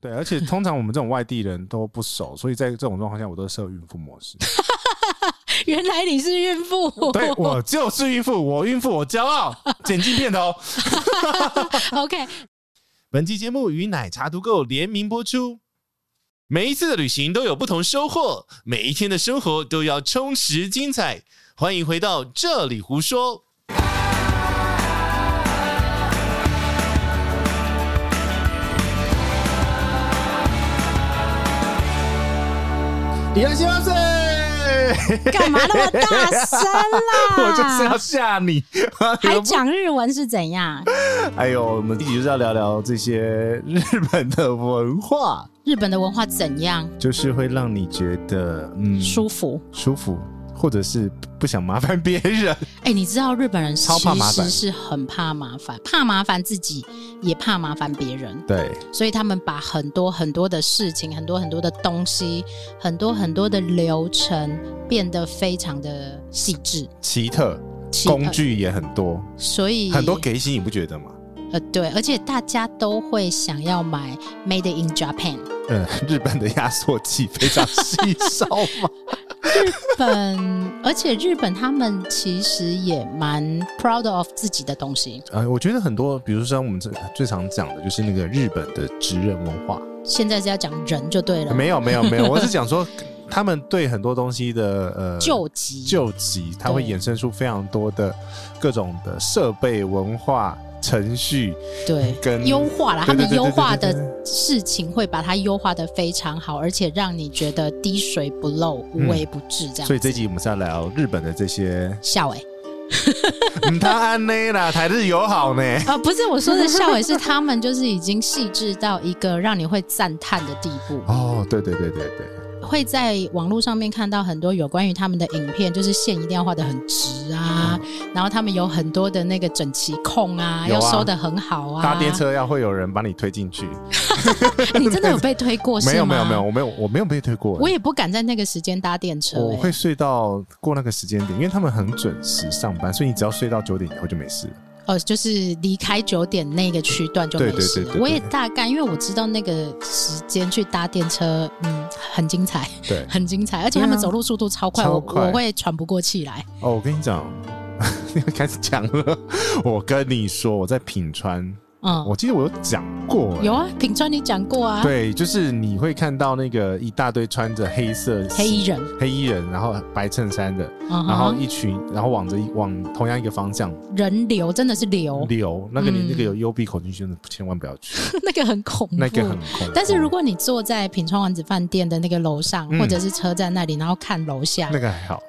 对，而且通常我们这种外地人都不熟，所以在这种状况下，我都设孕妇模式。 原来你是孕妇，对我就是孕妇，我孕妇，我骄傲。剪辑片头。 OK，本期节目与奶茶独购联名播出。每一次的旅行都有不同收获，每一天的生活都要充实精彩。欢迎回到这里胡说。你要笑死！干嘛那么大声啦？ 我就是要吓你，还讲日文是怎样？ 哎呦，我们一起就是要聊聊这些日本的文化，日本的文化怎样？就是会让你觉得嗯舒服？舒服，或者是不想麻烦别 人。哎、你知道日本人其超怕麻烦实是很怕麻烦，怕麻烦自己，也怕麻烦别人，对，所以他们把很多很多的事情、很多很多的东西、很多很多的流程变得非常的细致、奇特奇特工，具也很多，所以很多给薪，你不觉得吗？呃对，而且大家都会想要买 Made in Japan。嗯，日本的压缩机非常稀少 嘛。本，而且日本他们其实也蛮 proud of 自己的东西。呃，我觉得很多，比如说像我们最最常讲的就是那个日本的职人文化。现在是要讲人就对了，啊没有，没有，没有，我是讲说他们对很多东西的 呃救急救急，它会对衍生出非常多的各种的设备、文化、程序对跟优化啦，他嗯对们对对优化对的对对事情会把它优化的非常好，而且让你觉得滴水不漏、无微不至这样。嗯所以这集我们是要聊日本的这些， 笑哎、嗯，他安内啦，台日友好呢。啊、不是我说的笑哎、是他们就是已经细致到一个让你会赞叹的地步。哦，对对对对对，会在网络上面看到很多有关于他们的影片，就是线一定要画的很直啊，然后他们有很多的那个整齐控啊，有啊要收的很好啊。哎搭电，车要会有人把你推进去，你真的 有被推过是吗？没有没有没有，，我没有我没有被推过，我也不敢在那个时间搭电车、我欸哦会睡到过那个时间点，因为他们很准时上班，所以你只要睡到九点以后就没事了。哦，就是离开九点那个区段就没事了对对对对对我也大概，因为我知道那个时间去搭电车，嗯，很精彩， 对很精彩，而且他们走路速度超快，啊超我快我会喘不过气来。哦，我跟你讲， 你开始讲了，我跟你说，我在品川，嗯，我记得我有讲过、欸有啊，品川你讲过啊，对，就是你会看到那个一大堆穿着黑色黑衣人，黑衣人，然后白衬衫的，嗯然后哼，一群，然后往着一往同样一个方向人流真的是流，流，那个你嗯那个有幽闭恐惧症的千万不要去， 那个很恐怖。那个很恐怖。但是如果你坐在品川王子饭店的那个楼上，嗯或者是车站那里，然后看楼下，那个还好，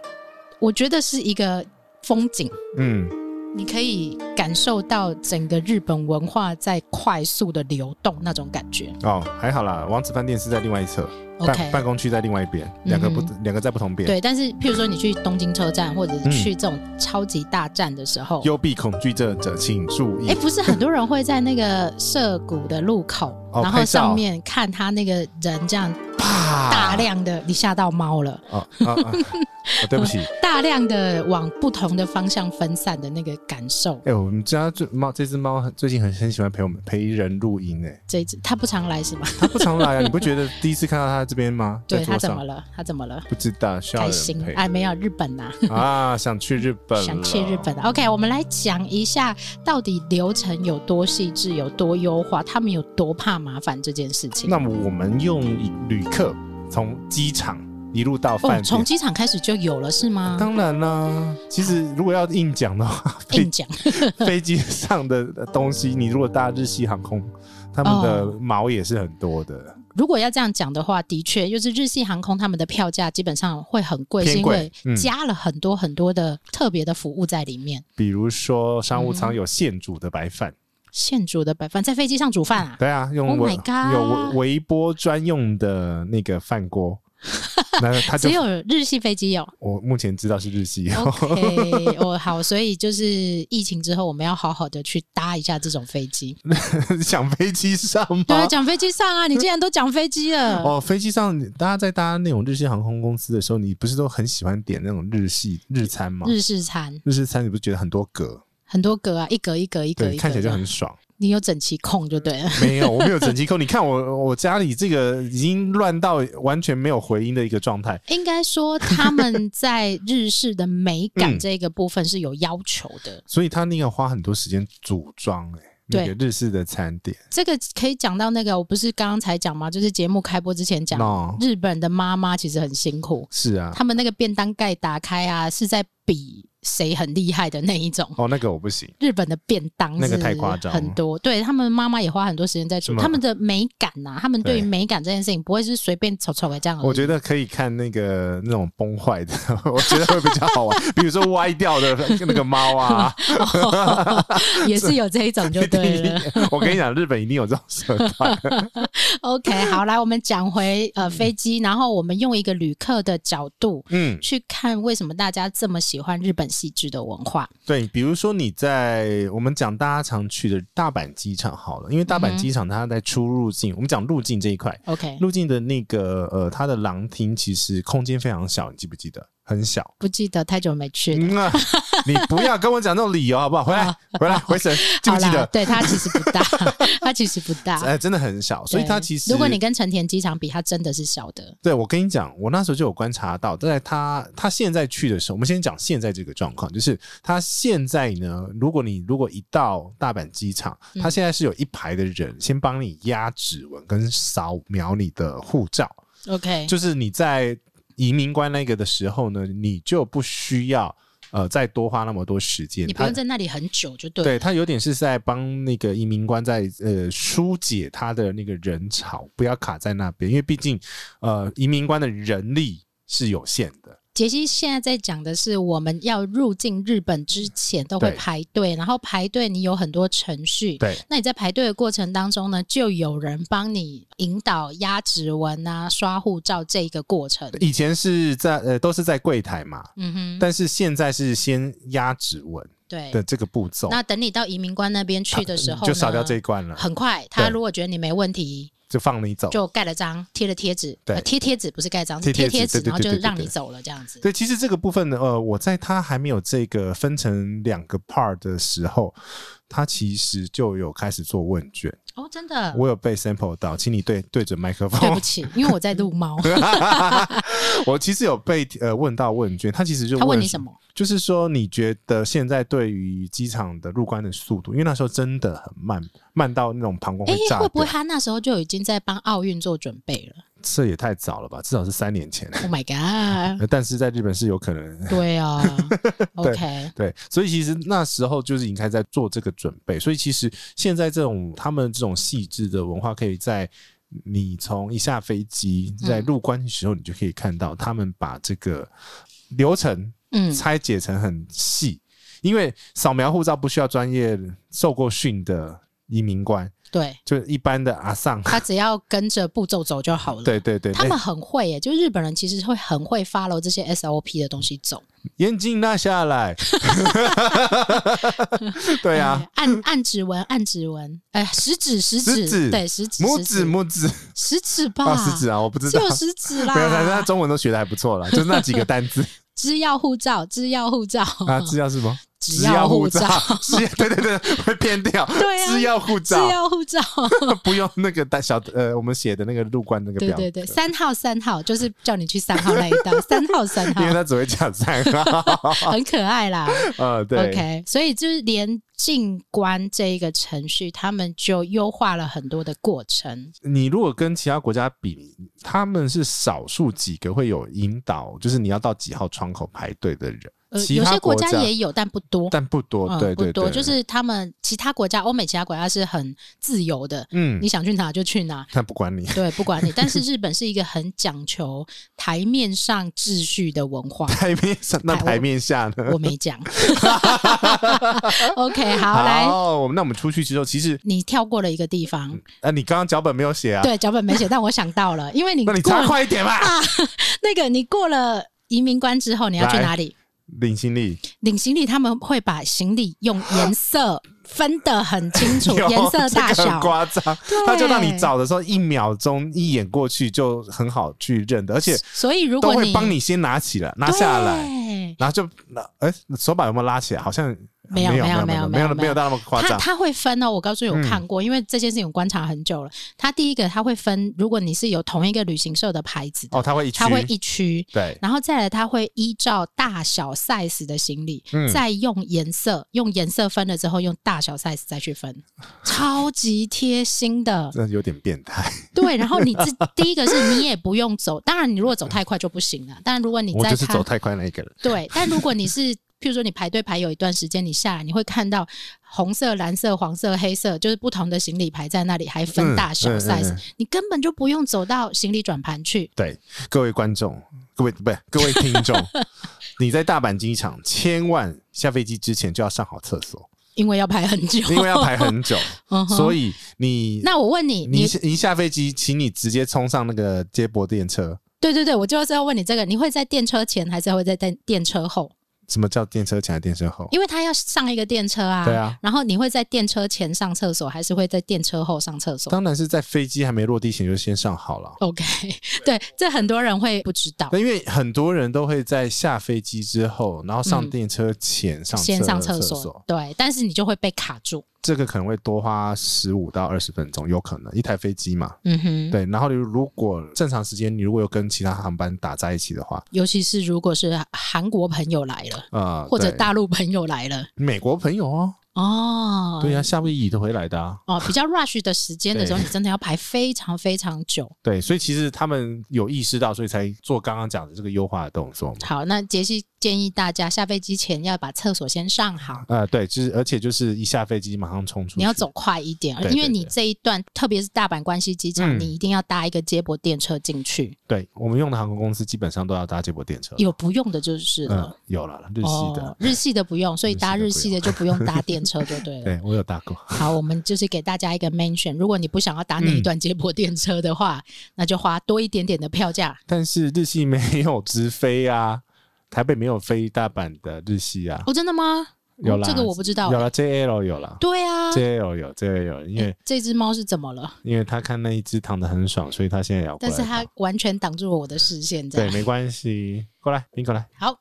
我觉得是一个风景，嗯，你可以感受到整个日本文化在快速的流动那种感觉。哦，还好啦，王子饭店是在另外一侧，办 OK，办公区在另外一边，两个不嗯两个在不同边。对。但是譬如说你去东京车站，或者是去这种超级大站的时候。幽闭恐惧症者请注哎，意，不是很多人会在那个涩谷的路口，哦然拍后照上面看他那个人这样啪，大量的，你吓到猫了。哦啊啊！啊对不 起，大量的往不同的方向分散的那个感受。哎，我们家这猫这只猫很最近很很喜欢陪我们陪人录音哎。这一次他不常来是吗？他不常来啊，你不觉得第一次看到他这边吗？对在桌他怎么上了？他怎么了？不知道，需要开人心陪哎，没有日本呐、 啊，想去日本了，想去日本。OK，我啊们来讲一下到底流程有多细致、有多优化，他们有多怕麻烦这件事情。那么我们用旅客从机场一路到哦饭，从店，机场开始就有了是吗？当然啦、其实如果要硬讲的话， 硬飞讲飞机上的东西，你如果搭日系航空，他们的哦毛也是很多的，如果要这样讲的话，的确，就是日系航空他们的票价基本上会很贵，是偏因贵为嗯加了很多很多的特别的服务在里面。比如说商务舱嗯有现煮的白饭，现煮的白饭在飞机上煮饭啊？对啊，用嗯 Oh 微 my god 有微微波专用的那个饭锅，那他就 只有哦日系 飞机有。我目前知道是日系。 OK，我好，所以就是疫情之后，我们要好好的去搭一下这种飞机。 想飞机上对啊，吗？讲飞机上啊，你既然都讲飞机了，哦，飞机上大家在搭那种日系航空公司的时候，你不是都很喜欢点那种日系日餐吗？日式餐日式餐你不是觉得很多格？很多格啊，一格一格一格一对，格，看起来就很爽。你有整齐控就 对了。没有，我没有 整机扣。你看我，我家里这个已经乱到完全没有回音的一个状态。应该说他们在日式的美感嗯这个部分是有要求的，所以他那个花很多时间组装、欸，那对个日式的餐点，这个可以讲到那个，我不是刚刚才讲吗？就是节目开播之前讲，那日本的妈妈其实很辛苦，哦是啊，他们那个便当盖打开啊，是在比谁很厉害的那一种。哦，那个我不行，日本的便当那个是太夸张了很多，对他们妈妈也花很多时间在是煮，吗他们的美感呐、他们对于对美感这件事情不会是随便瞅瞅的这样而已。我觉得可以看那个那种崩坏的， 我觉得会比较好玩，比如说歪掉的那个猫啊， 也是有这一种就对了。我跟你讲，日本一定有这种社团， OK，好，来我们讲回呃飞机，然后我们用一个旅客的角度嗯，去看为什么大家这么喜欢日本细致的文化。对，比如说你在我们讲大家常去的大阪机场好了，因为大阪机场它在出入境，我们讲入境这一块， OK，入境的那个呃，它的廊厅其实空间非常小，你记不记得？很小。不记得太久没去了。嗯 啊，你不要跟我讲那种理由好不好？回来，回来，回神，记不好记啦，得？对它其实不大， 它其实不大。哎，真的很小，所以它对其实如果你跟成田机场比，它真的是小的。对我跟你讲，我那时候就有观察到，在他他现在去的时候，我们先讲现在这个状况，就是他现在呢，如果你如果一到大阪机场，嗯他现在是有一排的人先帮你压指纹跟扫描你的护照， OK，就是你在移民官那个的时候呢，你就不需要呃再多花那么多时间，你不他用在那里很久就对了。对他有点是在帮那个移民官在呃疏解他的那个人潮，不要卡在那边，因为毕竟呃移民官的人力是有限的。杰西现在在讲的是，我们要入境日本之前都会对排队，然后排队你有很多程序。对那你在排队的过程当中呢，就有人帮你引导压指纹啊、刷护照这一个过程。以前是在呃都是在柜台嘛，嗯哼，但是现在是先压指纹对。的这个步骤，啊那等你到移民官那边去的时候呢，就少掉这一关了，很快，他对如果觉得你没问题，就放你走。就盖了章，贴了贴纸，对呃贴贴纸不是盖章，是贴贴贴贴纸纸，对对然后就对对让对你对走了这样子。对，其实这个部分呢，呃，我在它还没有这个分成两个 part 的时候，嗯它其实就有开始做问卷，哦，真的，我有被 sample 到，请你对对准麦克风， 对不起，因为我在录猫。 啊 我其实有被呃问到问卷，他其实就他问你什么？就是说你觉得现在对于机场的入关的速度，因为那时候真的很慢，慢到那种膀胱哎、会炸会不掉会。他那时候就已经在帮奥运做准备 了这也太早了吧，至少是三年前。 ？Oh my god！呃但是在日本是有可能。对 啊，OK，对，所以其实那时候就是已经开始在做这个准备，所以其实现在这种他们这种细致的文化，可以在你从一下飞机在嗯入关的时候，你就可以看到他们把这个流程嗯，拆解成很细，因为扫描护照不需要专业受过训的移民官，对就是一般的阿 桑。他只要跟着步骤走就好了。对对对，哎他们很会耶，就日本人其实会很会 follow 这些 SOP 的东西走。眼镜拿下 来，对啊，哎，按按指纹，按指纹，哎，食指，食食指指，对，食指，拇食指指，拇指食指吧，啊，食指啊，我不知只道有，食指没有，他他啦。中文都学的还不错啦，就是那几个单 字只要护照，只要护照，啊，制药是什么？只制要药嗯护护照 照，制药对对对，会偏掉，对啊制药护只照，要护照， 不用那个大小呃，我们写的那个入关那个对表格，对对，三号三号就是叫你去三号那一 道，三号三因为号他只会讲三号， 很可爱啦。呃，对 OK，所以就是连进关这一个程序，他们就优化了很多的过程。你如果跟其他国家比，他们是少数几个会有引导，就是你要到几号窗口排队的人。呃，其有他些国家家也有，但不多。嗯但不多，对对不多，对，就是他们其他国家，欧美其他国家是很自由的，嗯你，想去哪就去哪，他不管你。，对，不管你。但是日本是一个很讲求台面上秩序的文化台面上那台台面下呢？我没讲。OK，好，来，好，我们那我们出去之后，其实你跳过了一个地方，啊，你刚刚脚本没有写啊，对，脚本没写，但我想到了，因为你那过啊你查了快一点吧。那个你过了移民关之后，你要去来哪里？领行李，领行李，他们会把行李用颜色分得很清 楚，有颜色大这个很小。夸张，对他就让你找的时候一秒钟一眼过去就很好去认的，而且所以如都果会你帮你先拿起来，拿下来。对然后就那哎、手把有没有拉起来？好像没有没没没有没没有没有有没有到那么夸他张。他会分哦，我告诉你，我嗯看过，因为这件事情我观察很久了。他第一个他会分，如果你是有同一个旅行社的牌子的，哦，他会一区他会一区，对然后再来他会依照大小 size 的行李，嗯再用颜色，用颜色分了之后，用大小 size 再 去分，超级贴心的。那有点变态，对，然后你自第一个是你也不用走，当然你如果走太快就不行了，但如果你我在就是它走太快那一个人。对，但如果你是譬如说你排队排有一段时间，你下来你会看到红色、蓝色、黄色、黑色，就是不同的行李牌在那里，还分大小嗯嗯嗯 size，、嗯你根本就不用走到行李转盘去。对，各位观众，各位不是各位听 众，你在大阪机场千万下飞机之前就要上好厕所，因为要排很久，因为要排很久，嗯哼所以你 那我问你，你你一下飞机，请你直接冲上那个接驳电车。对对对，我就是要问你这个，你会在电车前还是会在电电车后？什么叫电车前还是电车后？因为他要上一个电车啊，对啊然后你会在电车前上厕所，还是会在电车后上厕所当然是在飞机还没落地前就先上好了。 ？OK，对，这很多人会不知道那。因为很多人都会在下飞机之后，然后上电车前上嗯先厕上厕厕所，对，但是你就会被卡住。这个可能会多花十五到二十分钟，有可能一台飞机嘛。嗯哼，对，然后你如果正常时间，你如果有跟其他航班打在一起的话，尤其是如果是韩国朋友来了，呃，或者对大陆朋友来了，美国朋友哦，哦，对呀、啊夏威夷都会来的啊，哦，比较 rush 的时间的时候，你真的要排非常非常久。对，所以其实他们有意识到，所以才做刚刚讲的这个优化的动作嘛。好，那杰西建议大家下飞机前要把厕所先上好，呃，对，就是而且就是一下飞机马上冲出去，你要走快一点，对因为对你对这一段，特别是大阪关西机场，嗯你一定要搭一个接驳电车进去，对我们用的航空公司基本上都要搭接驳电车，有不用的就是嗯了。，有了日系的，哦，日系的不用，所以日系搭的日不系的就不用搭电车 就对了。对我有搭过，好，我们就是给大家一个 mention，如果你不想要搭那嗯一段接驳电车的话，那就花多一点点的票价。但是日系没有直飞啊， 台北没有飞大阪的日系啊，哦，真的吗？哦有啦，这个我不知道有啦 JL 有啦对啊，哎，JL 有 JL 有，因为这只猫是怎么了？因为他看那一只躺得很爽，所以他现在也要过但来是躺。它完全挡住了我的视线，这对，样。没关系，过来，你过来。好，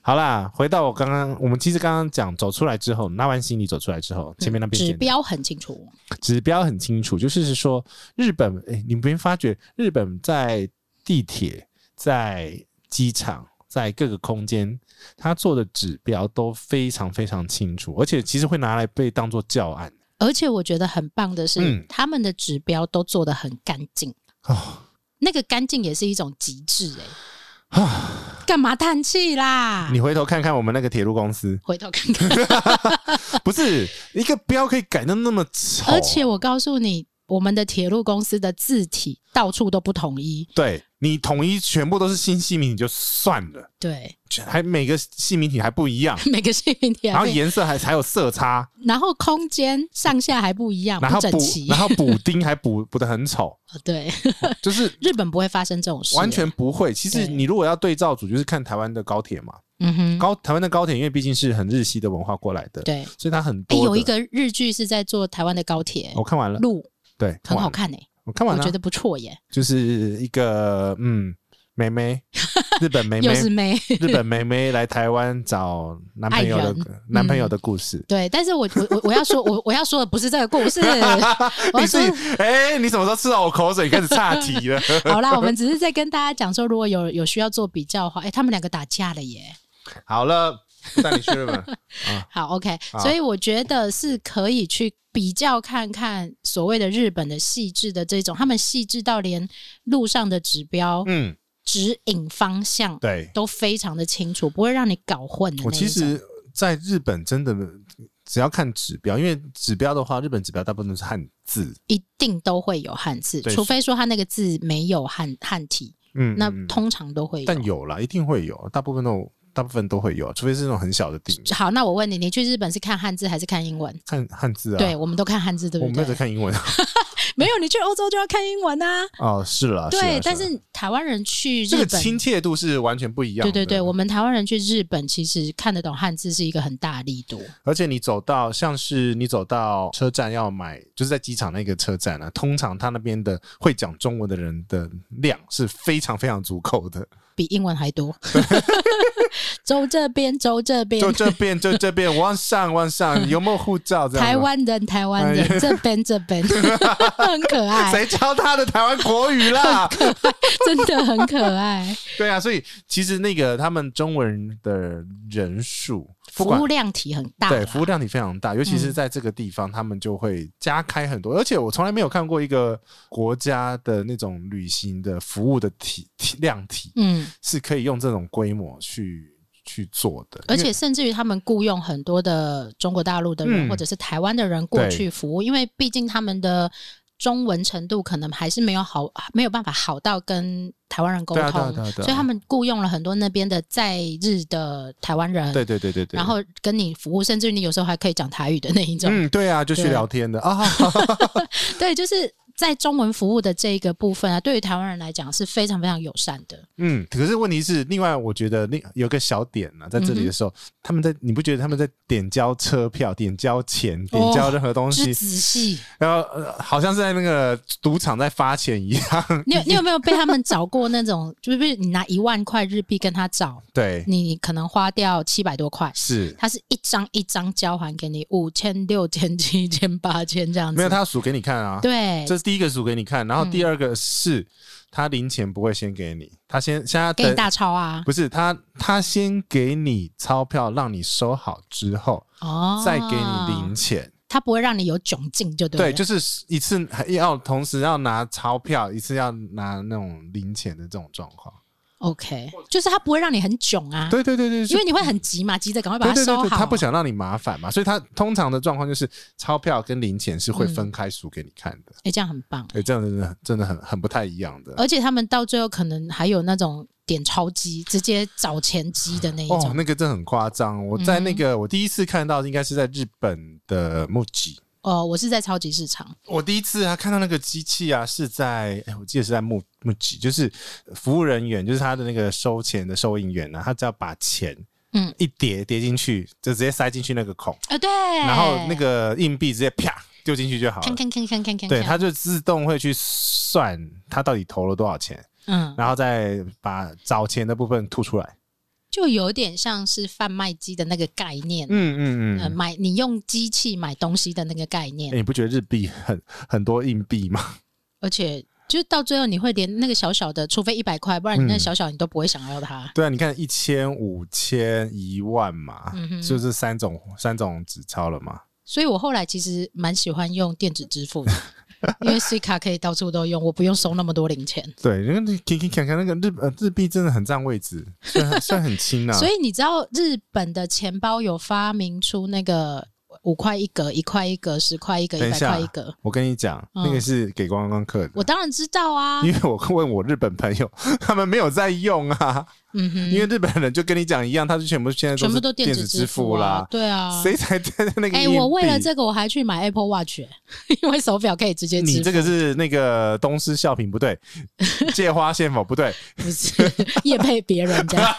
好啦，回到我刚刚，我们其实刚刚讲走出来之后，拿完行李走出来之后，前面那边嗯指简单标很清楚，指标很清楚，就是说日本，哎、你没发觉日本在地铁、在机场、在各个空间，它做的指标都非常非常清楚，而且其实会拿来被当做教案而且我觉得很棒的是，嗯他们的指标都做得很干净，哦。那个干净也是一种极致哎、干嘛叹气啦？啊你回头看看我们那个铁路公 司，回头看看。不是一个标可以改的那么丑，而且我告诉你，我们的铁路公司的字体到处都不统一，对你统一全部都是新系名体就算了，对， 还每个系名体还不一样，每个姓名体然后还不一样颜色还还有色差，然后空间上下还不一样，然啊不后整补齐然。后补丁还补补的很丑，对，就是日本不会发生这种事，完全。不会。其实对你如果要对照组，就是看台湾的高铁嘛。嗯哼，高台湾的高铁，因为毕竟是很日系的文化过来的，，对。所以它很哎，多的。有一个日剧是在做台湾的高铁我看完了，路，对，看很完好了，看诶，我看我完觉了得，不错耶。就是一个嗯，妹 妹，日本妹妹又，是妹，日本妹妹来台湾找男朋友爱的男朋友的故事。 对。但是我我我我要说，我我要说的不是这个故 事。我你要自说，己哎，你什么时候吃到我口水，开始岔题 了？好啦，我们只是在跟大家讲说，如果有有需要做比较的话，哎，他们两个打架了耶。好 了，不带你去日本。好，OK，好所以我觉得是可以去比较看看所谓的日本的细致的这种，他们细致到连路上的指标、嗯，指引方向对，都非常的清楚，不会让你搞混的那我一其种实在日本真的只要看指标，因为指标的话，日本指标大部分都是汉字。一定都会有汉字，对除非说他那个字没有汉汉体，嗯，那嗯嗯通常都会有。但有啦，一定会有，大部分都大部分都会有，除非是那种很小的地名，好，那我问你，你去日本是看汉字还是看英文？看汉字啊。对，，我们都看汉字，对我不没有在对？看英文啊没有，你去欧洲就要看英文啊。哦，是啦，对，啦但啦是台湾人去这日个本，亲切度是完全不一样对的。对对，我们台湾人去日本，其实看得懂汉字是一个很大的力度。而且你走到像是你走到车站要买，就是在机场那个车站啊，通常他那边的会讲中文的人的量是非常非常足够的。 比英文还多。走这边，走这边嗯就，这边，就这边，往上，往上，有没有护照？这样吗台湾人，台湾人，这边这 边，很可爱，哎谁教他的台湾国语 啦？真的很可爱。对啊，所以其实那个他们中文的人数， 不服管务量啊嗯体很大啦，对服务量体非常大，尤其是在这个地方，他们就会加开很多。而且我从来没有看过一个国家的那种旅行的服务的体体量体嗯，是可以用这种规模去去做的，而因为且甚至于他们雇佣很多的中国大陆的人、嗯或者是台湾的人过对去服务，因为毕竟他们的中文程度可能还是没有好，没有办法好到跟台湾人沟对通，啊对啊对啊对啊所以他们雇佣了很多那边的在日的台湾人，对对对对对，然后跟你服务，甚至于你有时候还可以讲台语的那一种，嗯，对啊，就去对聊天的啊，对，就是在中文服务的这一个部分啊，对于台湾人来讲是非常非常友善的，嗯，可是问题是，另外我觉得另有个小点呢、在这里的时候，他们在你不觉得他们在点交车票、点交钱、点交任何东就是西，仔细。然后、呃、好像是在那个赌场在发钱一样。你有你有没有被他们找过那种，就是你拿一万块日币跟他找， 对，你可能花掉七百多块，是它是一张一张交还给你五千、六千、七千、八千这样子。没有他数给你看啊。，对，这是第一个数给你看，然后第二个是、他零钱不会先给你，他先现在给你等。大钞啊，不是他，他先给你钞票，让你收好之后，哦，再给你零，钱。它不会让你有窘境，就对了。对，就是一次还要同时要拿钞票，一次要拿那种零钱的这种状况。 OK，就是它不会让你很窘啊，对对对对，因为是你会很急嘛，急着赶快把对它对收对好。啊对，他不想让你麻烦嘛，所以他通常的状况就是钞票跟零钱是嗯会分开数给你看的。哎、这样很棒。对，这样真的很真的很很不太一样的。而且他们到最后可能还有那种点钞机，直接找钱机的那一哦种。，嗯那个真的很夸张。我在那个、我第一次看到，应该是在日本的木吉。哦、我是在超级市场，我第一次啊看到那个机器啊，是在哎、我记得是在木木吉，就是服务人员，就是他的那个收钱的收银员啊，他只要把钱嗯，一叠叠进去，就直接塞进去那个孔，啊、对，然然后那个硬币直接啪丢进去就好看了。看看看看看，呃对，它就自动会去算它到底投了多少钱，嗯，然后再把找钱的部分吐出来。就有点像是贩卖机的那个概念，嗯嗯呃，嗯。买你用机器买东西的那个概念，哎你不觉得日币很很多硬币吗？而且就是到最后你会连那个小小的，除非一百块，不然你嗯那小小你都不会想要它。对啊，你看一千、五千、一万嘛，嗯哼就是三种三种纸钞了嘛。所以我后来其实蛮喜欢用电子支付的， 因为 C 卡可以到处都用，我不用收那么多零钱。对，因为你可以看看那个日呃日币真的很占位置，虽然 虽然很轻啊，所以你知道日本的钱包有发明出那个五块一格、一块一格、十块一格、等一一百下块一格。我跟你讲，嗯那个是给观光客的。我当然知道啊，因为我问我日本朋友，他们没有在用啊，嗯哼， 因为日本人就跟你讲一样，他就全部现在全部都都是电电子支支付啊啦， 对啊。谁才在那个？哎、我为了。这个我还去买 Apple Watch，欸、 因为手表可以直接支你付。这个是那个东施效颦不 对，借花献佛不对，不是 夜配别人这 样，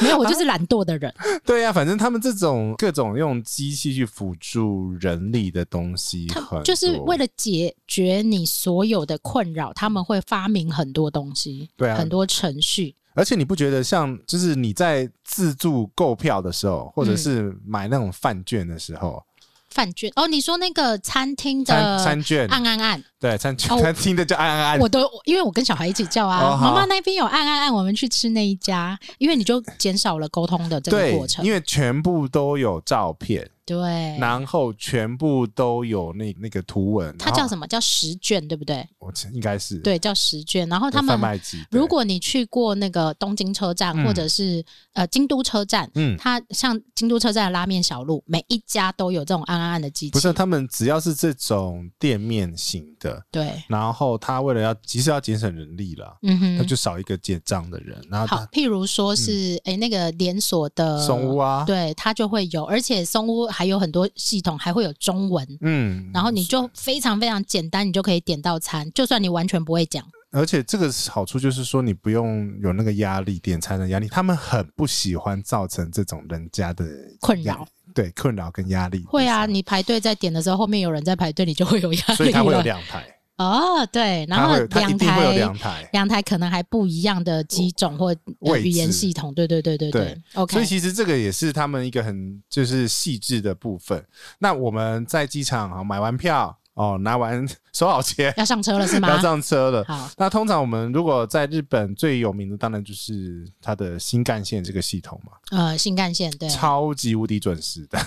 没有，我就是懒惰的人。对呀、啊反正他们这种各种用机器去辅助人力的东西很多，就是为了解决你所有的困扰，他们会发明很多东西，对啊很多程序。而且你不觉得像就是你在自助购票的时候，或嗯者是买那种饭券的时候，饭券哦，你说那个餐厅的餐餐券，呃按按按，对餐券，哦餐厅的叫按按按，我都因为我跟小孩一起叫哦啊，好妈妈那边有按按按，我们去吃那一家，因为你就减少了沟通的这个对过，程。因为全部都有照片，对，然后全部都有那那个图文。它叫什么？么叫十卷，对不对？我应该是对，叫十卷。然后有他们贩卖机。对如果你去过那个东京车站，嗯或者是呃京都车站，嗯，它像京都车站的拉面小路，每一家都有这种按按按的机器。不是他们只要是这种店面型的，对，然后他为了要其实要节省人力了，嗯他哼。就少一个结账的人，然后好他，譬如说是诶、那个连锁的嗯松屋啊，对，它就会有，而且松屋还有很多系统，还会有中文。嗯，然后你就非常非常简单，你就可以点到餐，就算你完全不会讲，嗯而且这个好处就是说你不用有那个压力，点餐的压力，他们很不喜欢造成这种人家的困扰，啊对困扰跟压力。会啊，你排队在点的时候，后面有人在排队，你就会有压力了。所以他会有两台。 哦，对，然它后会有它一两定会有台两台。两台可能还不一样的机种或呃位置语言系统，对对对对对，OK，所以其实这个也是他们一个很就是细致的部分。那我们在机场啊买完票哦，拿完收好钱，要上车了是吗要？上车了。好，那通常我们如果在日本最有名的，当然就是它的新干线这个系统嘛，呃，新干线对，超级无敌准时的。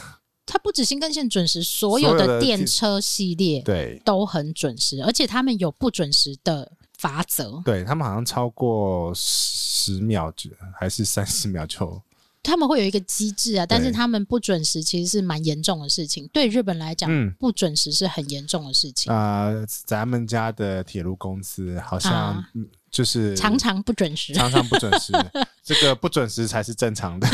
它不止新干线准时，所所有有的的电电车系列对，都很准时，而且他们有不准时的法则，对他们好像超过十秒就还是三十秒 就他们会有一个机制啊，但是他们不准时其实是蛮严重的事情，对日本来讲，嗯不准时是很严重的事情，呃，咱们家的铁路公司好像啊嗯就是常常不准时。常常不准时，这个不准时才是正常的。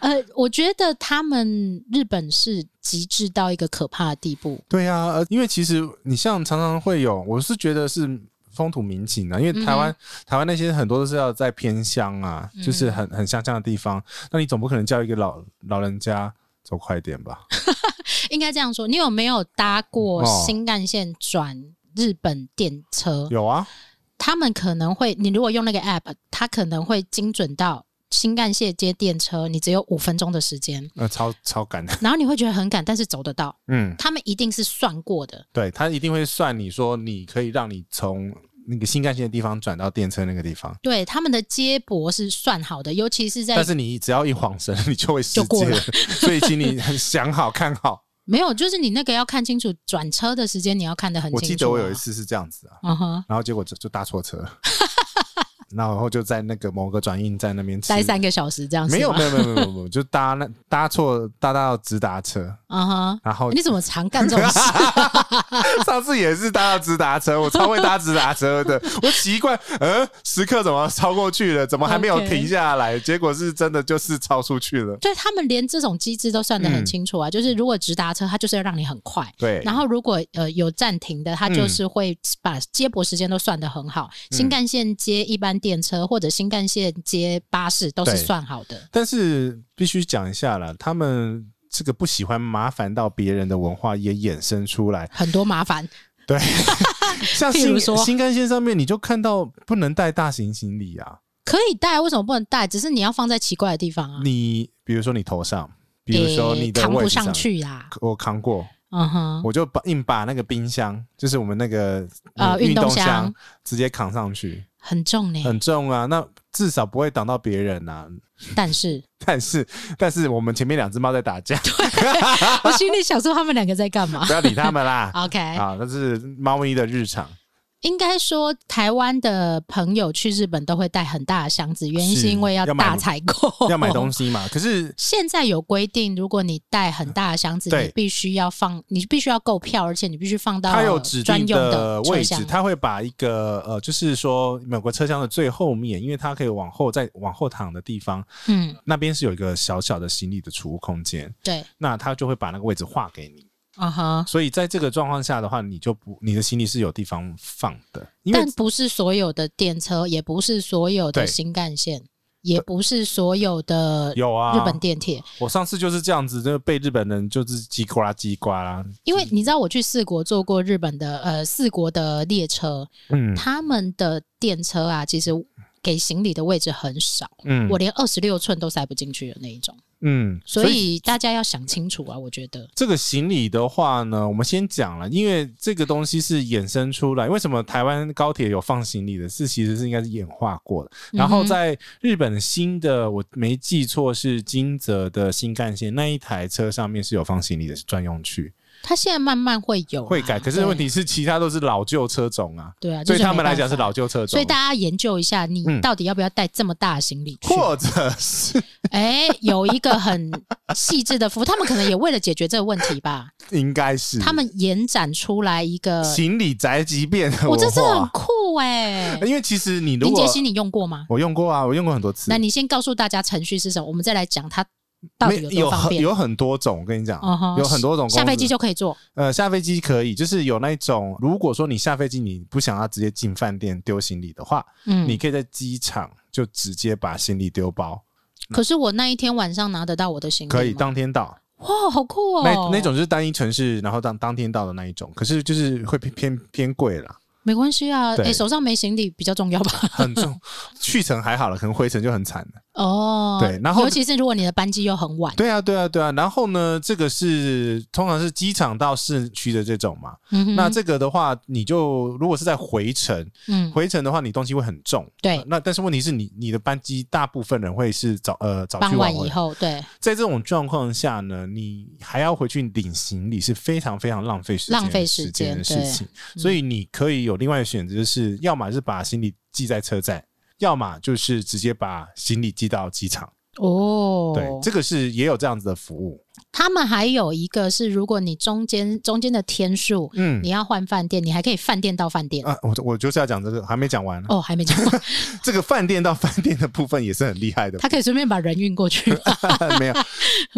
呃，我觉得他们日本是极致到一个可怕的地步，对呀、呃，因为其实你像常常会有，我是觉得是风土民情啊，嗯因为台湾、台湾那些很多都是要在偏乡啊，就是嗯很很乡下的地方，那你总不可能叫一个老老人家走快一点吧？应该这样说。你有没有搭过哦新干线转日本电车？有啊，他们可能会，你如果用那个 app，它可能会精准到新干线接电车，你只有五分钟的时间， 呃，超超赶的， 然后你会觉得很赶，但是走得到。嗯，他们一定是算过的，对他一定会算你说你可以让你从那个新干线的地方转到电车那个地方，对他们的接驳是算好的，尤其是在但是你只要一晃神， 你就会失就过界了了， 所以请你想好看好。没有，就是你那个要看清楚转车的时间，你要看得很我清楚、啊。记得我有一，次是这样子啊，嗯哼，然后结果就就搭错车，然后就在那个某个转运站那边吃待三个小时这样没有是吗没有没有没有没有，就搭那搭错搭到直达车，嗯哼，然后你怎么常干这 种事？上次也是搭到直达车，我超会搭直达车的，我奇怪，呃，时刻怎么超过去了，怎么还没有 OK 停下来？结果是真的就是超出去了，对他们连这种机制都算得很清楚啊，嗯就是如果直达车，它就是要让你很快。对，然后，如果呃有暂停的，它嗯就是会把接驳时间都算得很好。新干线接一般电车或者新干线接巴士都是对算好的。但是必须讲一下了，他们这个不喜欢麻烦到别人的文化也衍生出来，很多麻烦，对，像譬如新说新干线上面你就看到不能带大型行李啊，可以带，为什么不能带？只是你要放在奇怪的地方啊，你比如说你头上，比如说诶你的扛位不置上，去啦。我扛过，嗯哼，我就把硬把那个冰箱，就是我们那个呃运运动动箱直接扛上去，很重呢、很重啊，那至少不会挡到别人啊。 但是但是但是我们前面两只猫在打 架，我心里想说，他们两个在干 嘛不要理他们 啦。 ？OK，啊，那是猫咪的日常。哦应该说，台湾的朋友去日本都会带很大的箱子，原因是因为要要买大采购，要买东西。西嘛。可是现在有规定，如果你带很大的箱子，对你必须要放，你必须要购票，而且你必须放到它有指专定用车位厢置，。它会把一个呃，就是说某个车厢的最后面，因为它可以往后再往后躺的地方，嗯，那边是有一个小小的行李的储物空间，对，那它就会把那个位置划给你。啊哈。所以在这个状况下的话，你就不你的行李是有地方放的，因为但不是所有的电车，也不是所有的对新干线，也不是所有的有啊，日本电铁。我上次就是这样子，就被日本人就是叽呱啦叽呱啦，因为你知道，我去四国坐过日本的呃四国的列车，嗯他们的电车啊，其实给行李的位置很少，嗯我连二十六寸都塞不进去的那一种，嗯，所以大家要想清楚啊，我觉得，这个行李的话呢，我们先讲了，因为这个东西是衍生出来。为什么台湾高铁有放行李的？是其实是应该是演化过的。嗯然后在日本新的，我没记错是金泽的新干线那一台车上面是有放行李的，是专用区，他现在慢慢会有啊会改。可是问对题是，其他都是老旧车种啊，对啊，对就是他们没办来讲是法老。旧车种啊所以。大家研究一下，你嗯到底要不要带这么大的行李去？或者是哎、有一个很细致的服务，他们可能也为了解决这个问题吧，应该 是他们延展出来一个，哦行李宅急便的我、这文是很化，酷哎、因为其实你如林果杰希，你用过吗？我用过啊，我用过很多次那。你先告诉大家程序是什么，我们再来讲它到没底有有多方很便。有很多种，我跟你讲嗯哼有很多种公司下飞机就可以做，呃下飞机可以，就是有那种，如果说你下飞机你不想要直接进饭店丢行李的话，嗯，你可以在机场就直接把行李丢包，可是我那一天晚上拿得到我的行李吗可以当天到。哇，好酷哦！那那种就是单一城市，然后当当天到的那一种，可是就是会偏偏偏贵 啦，没关系啊，对哎、手上没行李比较重要吧？很重。去程还好了，可能回程就很惨了。哦，对然后尤其是如果你的班机又很晚，对啊，对啊，对啊。然后呢，这个是通常是机场到市区的这种嘛。嗯 哼那这个的话，你就如果是在回程，嗯，回程的话你东西会很重。对，那但是问题是你你的班机大部分人会是早呃早去傍晚晚回以，后，对，在这种状况下呢，你还要回去领行李是非常非常浪费时间的浪费时间的对嗯事情。所以你可以有另外的选择，就是要么是把行李寄在车站，要么就是直接把行李寄到机场。哦，对，这个是也有这样子的服务。他们还有一个是，如果你中间中间的天数，嗯你。要换饭店，你还可以饭店到饭店。啊，我我就是要讲这个，还没讲完。哦，还没讲 完，这个饭店到饭店的部分也是很厉害的，他可以随便把人运过 去。没 有，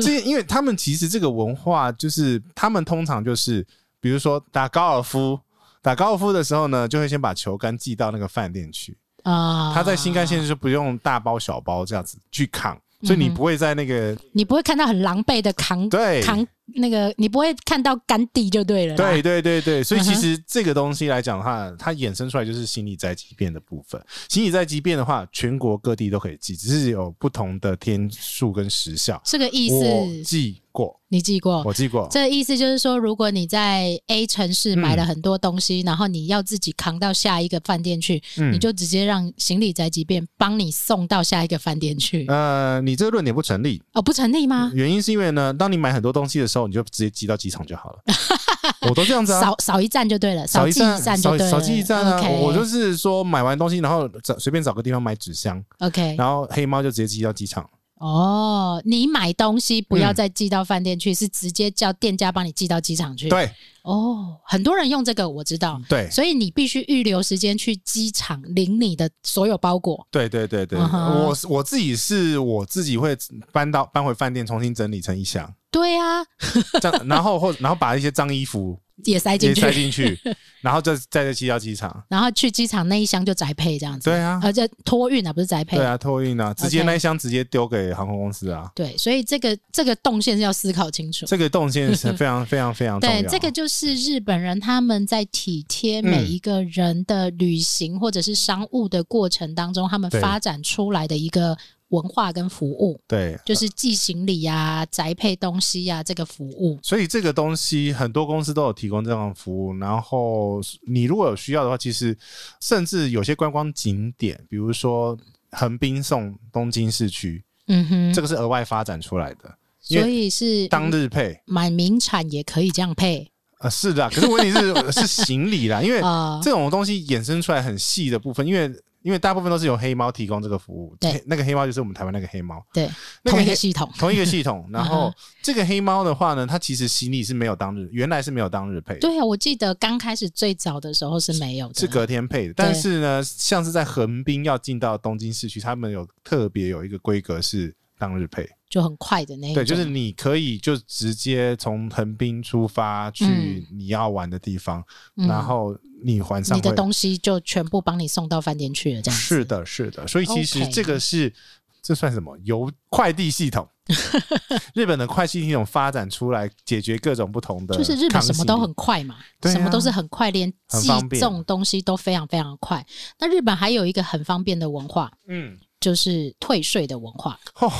这因为他们其实这个文化就是，他们通常就是，比如说打高尔夫，打高尔夫的时候呢，就会先把球杆寄到那个饭店去。啊、他在新干线就不用大包小包这样子去扛，所以你嗯哼不会在那个你不会看到很狼狈的扛对扛那个，你不会看到干地就对了。对，对对对，所以嗯哼其实这个东西来讲的话，它衍生出来就是心理灾机变的部分。心理灾机变的话，全国各地都可以寄，只是有不同的天数跟时效。这个意我思寄过，你记过。我寄过。这个意思就是说，如果你在 A 城市嗯买了很多东西，然后你要自己扛到下一个饭店去，嗯你就直接让行李宅急便帮你送到下一个饭店去。呃，嗯你这个论点不成立，哦，不成立吗？原因是因为呢，当你买很多东西的时候，你就直接寄到机场就 好了。我都这样子啊少，少一站就对了，少记站，站就少对了，少寄一站啊。 OK 我我就是说，买完东西，然后找随便找个地方买纸箱， OK 然后黑猫就直接寄到机场。哦，你买东西不要嗯再寄到饭店去，是直接叫店家帮你寄到机场去。嗯对嗯哦，很多人用这个我知道，对，所以你必须预留时间去机场领你的所有包裹。对对对对，嗯哼我是我自己是我自己会搬到搬回饭店，重新整理成一箱，对啊，这样， 然后或然后把一些脏衣服也塞进也去，塞进去，然后再再寄到机 场。然后去机场那一箱就宅配这样子，对啊，而且托运啊，不是宅配。对啊，托运啊，直接 OK 那一箱直接丢给航空公司啊，对，所以这个这个动线是要思考清楚。这个动线是非常非常非常重要。嗯对，这个就是日本人他们在体贴每一个人的旅行或者是商务的过程当中，他们对发展出来的一个文化跟服务，对，就是寄行李啊、宅配东西啊这个服务。所以这个东西很多公司都有提供这样的服务。然后你如果有需要的话，其实甚至有些观光景点，比如说横滨送东京市区，嗯哼，这个是额外发展出来的，因为所以是当日配。买名产也可以这样配啊，是的啊，可是问题 是是行李啦，因为啊、这种东西衍生出来很细的部分，因为因为大部分都是由黑猫提供这个服务，对黑，那个黑猫就是我们台湾那个黑猫，对，那个同一黑个系统。同一个系统。然嗯后这个黑猫的话呢，它其实行李是没有当日，原来是没有当日配的，对啊，我记得刚开始最早的时候是没有的，是隔天配的。但是呢，像是在横滨要进到东京市区，他们有特别有一个规格是当日配，就很快的那一种。对，就是你可以就直接从横滨出发去你要玩的地方，嗯然后你还上你的会东西就全部帮你送到饭店去了，这样子。是的，是的，所以其实 OK 这个是这算什么？邮快递系 统，日本的快递系统发展出来，解决各种不同的，就是日本什么都很。快嘛，啊对啊什么都是很快，连很寄方便送东西都非常非常快。那日本还有一个很方便的文化，嗯，就是退税的文化。哦，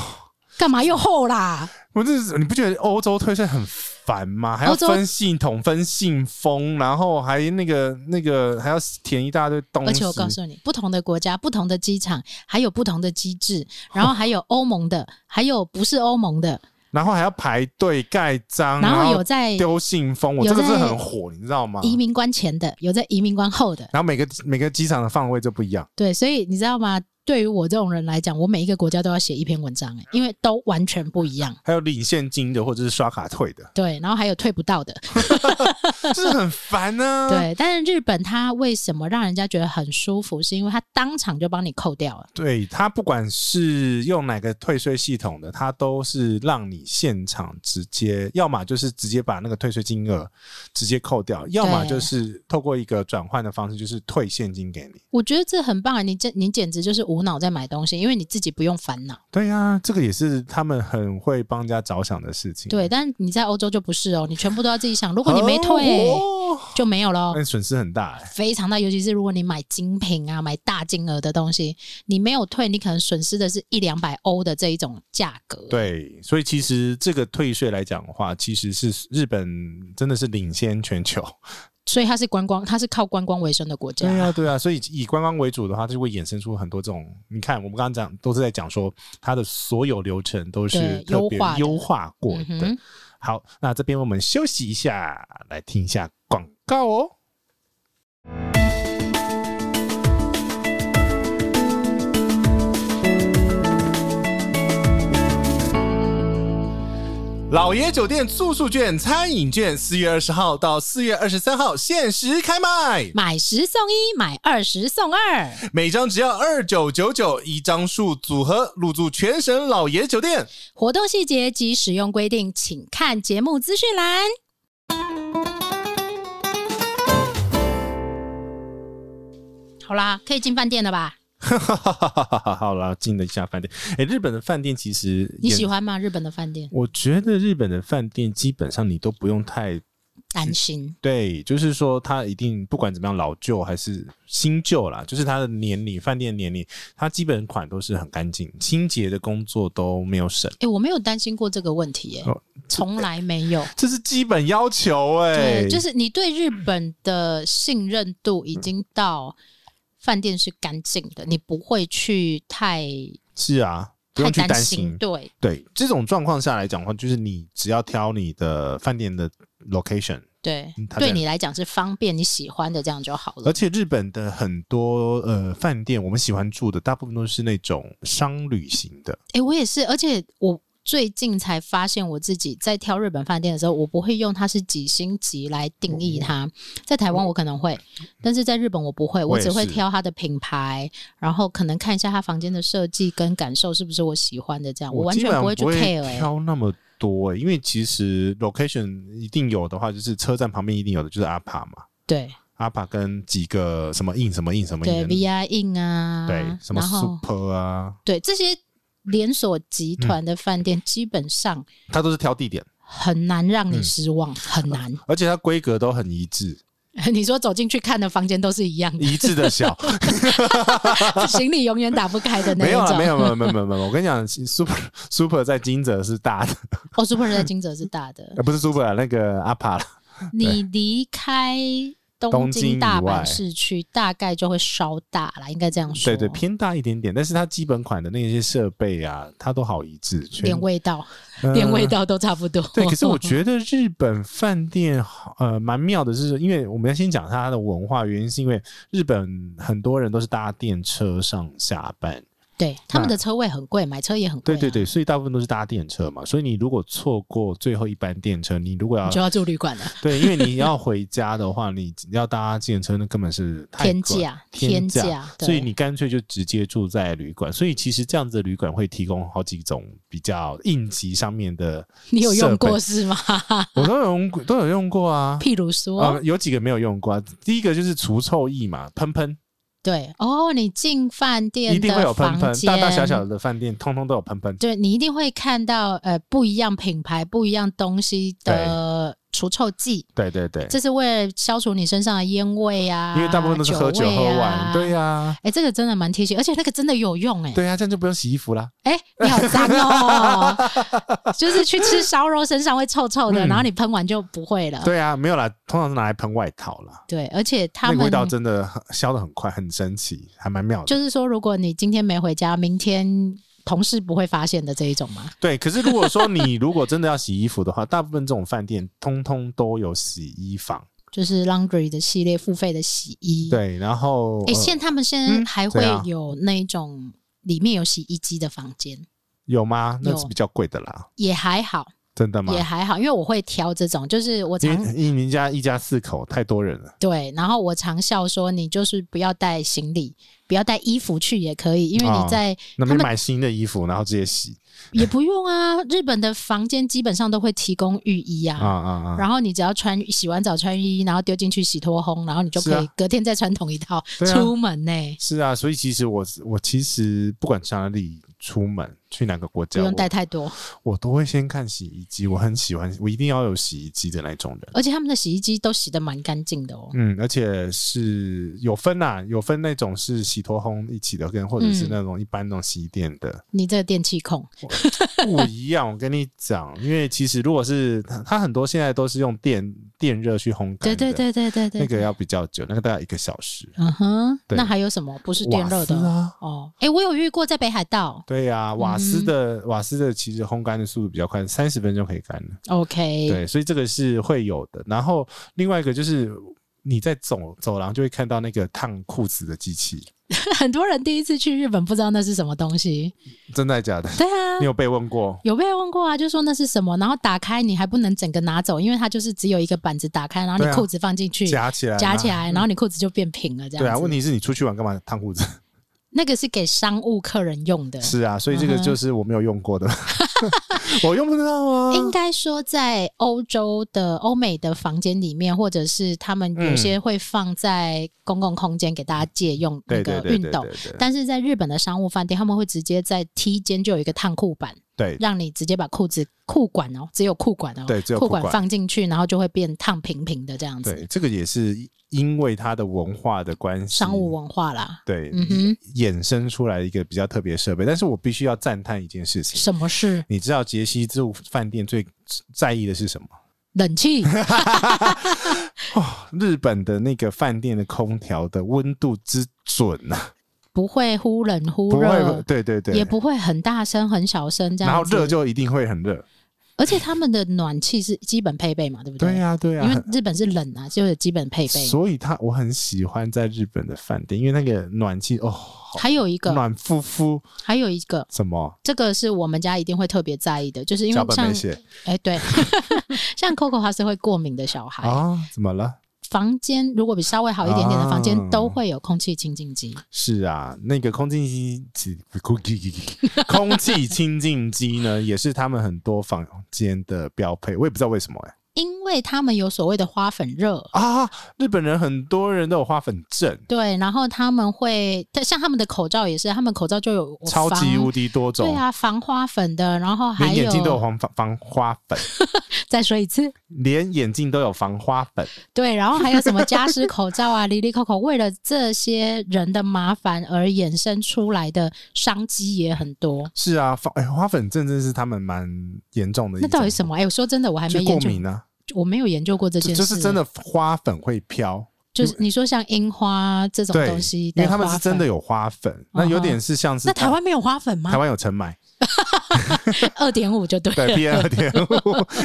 干嘛又厚啦？我这是你不觉得欧洲退税很烦吗？还要欧洲分系统、分信封，然后还那个那个还要填一大堆东西。而且我告诉你，不同的国家、不同的机场，还有不同的机制，哦然后还有欧盟的，还有不是欧盟的，然后还要排队盖章，然嗯然后有在丢信封，我有这个真的在很火，你知道吗？移民关前的，有在移民关后的。然后每个每个机场的放位就不一样。对，所以你知道吗？对于我这种人来讲，我每一个国家都要写一篇文章、欸，因为都完全不一样。还有领现金的，或者是刷卡退的， 对，然后还有退不到的，就是很烦呢、啊。对。但是日本它为什么让人家觉得很舒服，是因为它当场就帮你扣掉了。对他不管是用哪个退税系统的，他都是让你现场直接，要么就是直接把那个退税金额直接扣掉，要么就是透过一个转换的方式，就是退现金给你。我觉得这很棒啊！你这你简直就是无无脑在买东西，因为你自己不用烦恼。对呀、这个也是他们很会帮人家着想的事情。对，但你在欧洲就不是哦，你全部都要自己想。如果你没退，哦就没有喽那、。损失很大、欸。非常大，尤其是如果你买精品啊，买大金额的东西，你没有退，你可能损失的是一两百欧的这一种价格。，对，所以其实这个退税来讲的话，其实是日本真的是领先全球。所以它是观光，它是靠观光为生的国家。对啊，对啊，所以以观光为主的话，就会衍生出很多这种。你看，我们刚刚讲都是在讲说，它的所有流程都是对特别优化的优化过嗯的哼。好，那这边我们休息一下，来听一下广告哦。老爷酒店住宿券、餐饮券，四月二十号到四月二十三号限时开卖。买十送一，买二十送二。每张只要二九九九，一张数组合入住全省老爷酒店。活动细节及使用规定，请看节目资讯栏。好啦，可以进饭店了吧？ 好啦，进了一下饭店。哎、日本的饭店其实你也喜？欢吗？日本的饭店？我觉得日本的饭店基本上你都不用太担心对，就是说它一定不管怎么样，老旧还是新旧啦，就是它的年龄，饭店年龄，它基本款都是很干净，清洁的工作都没有省，哎、我没有担心过这个问题、耶，哦从来没有。这是基本要求哎、对，就是你对日本的信任度已经到饭店是干净的，你不会去太是啊，不太用去担担心。对，对这种状况下来讲的话，就是你只要挑你的饭店的 location，对嗯，他在对你来讲是方便，你喜欢的这样就好而了。且日本的很多呃饭店，我们喜欢住的大部分都是那种商旅型的，诶，我也是，而且我最近才发现我自己在挑日本饭店的时候，我不会用它是几星级来定嗯义它。在台湾我可能会，但是在日本我不会，我我也是只会挑它的品牌，然后可能看一下它房间的设计跟感受是不是我喜欢的这样，啊我完基本全上不不会去 care 欸诶。挑那么多、欸因为其实 location 一定有的话，就是车站旁边一定有的，就是阿帕嘛，对阿帕跟几个什么印什么印什么对印的， ，VR in 啊，对什么然后 super 啊，对这些连锁集嗯团的饭店基本上它都是挑地点，很难让你嗯失望， 很难。 而且它规格都很一致，你说走进去看的 房间都是一样 一致的小，的，行李永远打不开的那没一有种。啦，没有没有没有没有没有，我跟你讲，super super 在金泽是大的， 哦，Super 在金泽是大的呃、。不是 super 啊那个阿帕啦，你离开东东京京以大阪外市区，大概就会稍大啦，应该这样说。对对，偏大一点点，但是它基本款的那些设备啊，它都好一致，全连味道，呃连味道都差不多。对，可是我觉得日本饭店好呃蛮妙的是，因为我们要先讲它的文化，原因是因为日本很多人都是搭电车上下班， 对他们的车位很贵，买车也很贵、对啊。对对，所以大部分都是搭电车嘛，所以你如果错过最后一班电车，你如果要你就要住旅馆 了，对，因为你要回家的话，你要搭电车那根本是太天贵价，天价价。对所以你干脆就直接住在旅馆。所以其实这样子的旅馆会提供好几种比较应急上面 的，你有用设过备是吗？ 我都有用过都有用过啊。譬如说，啊、有几个没有用过、啊。第一个就是除臭液嘛，喷喷对哦，你进饭店一定会有的喷房喷，间，大大小小的饭店通通都有喷喷。对你一定会看到呃不一样品牌、不一样东西的除臭剂，对对对，这是为了消除你身上的烟味啊，因为大部分都是喝酒味啊喝完，对呀、哎、这个真的蛮贴心，而且那个真的有用哎、对呀、这样就不用洗衣服啦。哎、你好脏哦！ 就是去吃烧肉，身上会臭臭的，嗯然后你喷完就不会了。对呀、啊没有啦，通常是拿来喷外套啦。对，而且他那个们味道真的很消的很快，很神奇，还蛮妙的。就是说，如果你今天没回家，明天同事不会发现的这一种吗？对，可是如果说你如果真的要洗衣服的话，大部分这种饭店通通都有洗衣 房。就是 laundry 的系列付费的洗衣。，对，然后呃哎、现在他们现在嗯还怎会样有那种里面有洗衣机的房间，有吗？那有是比较贵的啦。也还好。真的吗也？还好，因为我会挑这种，就是我因常为呃因为您家一家四口太多人了，对，然后我常笑说，你就是不要带行李，不要带衣服去也可以，因为哦你在、那他边们买新的衣服，然后直接洗也不用啊。 日本的房间基本上都会提供浴衣啊啊，啊啊！然后你只要穿洗完澡穿浴衣，然后丢进去洗脱烘，然后你就是啊可以隔天再穿同一套、对啊出门呢、是啊，所以其实我我其实不管去哪里出门去哪个国不家，用我带太多。我都会先看洗衣机，我很喜欢，我一定要有洗衣机的那种人。而且他们的洗衣机都洗得蛮干净的哦。嗯，而且是有分啦、有分那种是洗脱烘一起的，跟或者是嗯那种一般那种洗衣店的、你这个电器控，不一样。我跟你讲，因为其实如果是它它很多现在都是用电电热去烘干，对对，对对对对，那个要比较久，那个大概一个小时。嗯哼，对那还有什么不是电热瓦斯的？啊，哦，嗯哎，我有遇过在北海道对呀、瓦斯的、瓦斯的其实烘干的速度比较快，三十分钟可以干了。 ，OK，对，所以这个是会有的。然后另外一个就是你在走走廊就会看到那个烫裤子的机器， 很多人第一次去日本不知道那是什么东西，真的假的？ 对啊你。有被问过？有被问过啊，就说那是什么，然后打开你还不能整个拿走，因为它就是只有一个板子打开，然后对你啊裤子放进去、夹起来，夹起。来，然后你裤子就变平了，这样子。对啊，问题是你出去玩 干嘛烫裤子？那个是给商务客人用的，是啊，所以这个就是我没有用 过的，我用不到啊。应该说，在欧洲的欧美的房间里面，或者是他们有嗯些会放在公共空间给大家借用那对对个对对熨对斗。对但是在日本的商务饭店，他们会直接在梯间就有一个烫裤板，对让你直接把裤子裤管哦，只有裤管哦，对只有裤裤管放进去，然后就会变烫平平的这样对，子。这个也是因为它的文化的关系，商务文化啦，对嗯哼，衍生出来一个比较特别的设备。但是我必须要赞叹一件事情，什么是你知道杰西住饭店最在意的是什么？冷气？ 日本的那个饭店的空调的温度之准啊，不会忽冷不忽会，热，对对对，也不会很大声很小声这样然子。后热就一定会很热，而且他们的暖气是基本配备嘛，对不对呀、对呀、啊因为日本是冷啊，就有基本配备。所以他我很喜欢在日本的饭店，因为那个暖气哦，好还有一个，暖乎乎，还有一个，什么这个是我们家一定会特别在意的，就是因脚为本像没写哎、对， 像 Coco 他是会过敏的小孩，啊？怎么了？房间如果比稍微好一点点的房间、啊都会有空气清净机，是啊，那个空气清空气空气清净机呢，也是他们很多房间的标配。我也不知道为什么哎、因为他们有所谓的花粉热。啊，日本人很多人都有花粉症，对，然后他们会，但像他们的口罩也是，他们口罩就有超级防无敌多种。对啊，防花粉的，然后还连眼有镜都有防防防花粉，再说一次，连眼镜都有防花粉，对，然后还有什么家私口罩啊、里 里口口，为了这些人的麻烦而衍生出来的商机也很多。是啊，防哎花粉症真是他们蛮严重的一那种。到底什么？哎、我说真的，我还就没过研究，敏啊，我没有研究过这就件事。就是真，的花粉会飘，就是你说像樱花这种对东西，因为他们是真的。有花粉，那有点是像是嗯那台湾没有花粉台吗？湾有尘霾， 二点五就对了， 对 PM 二点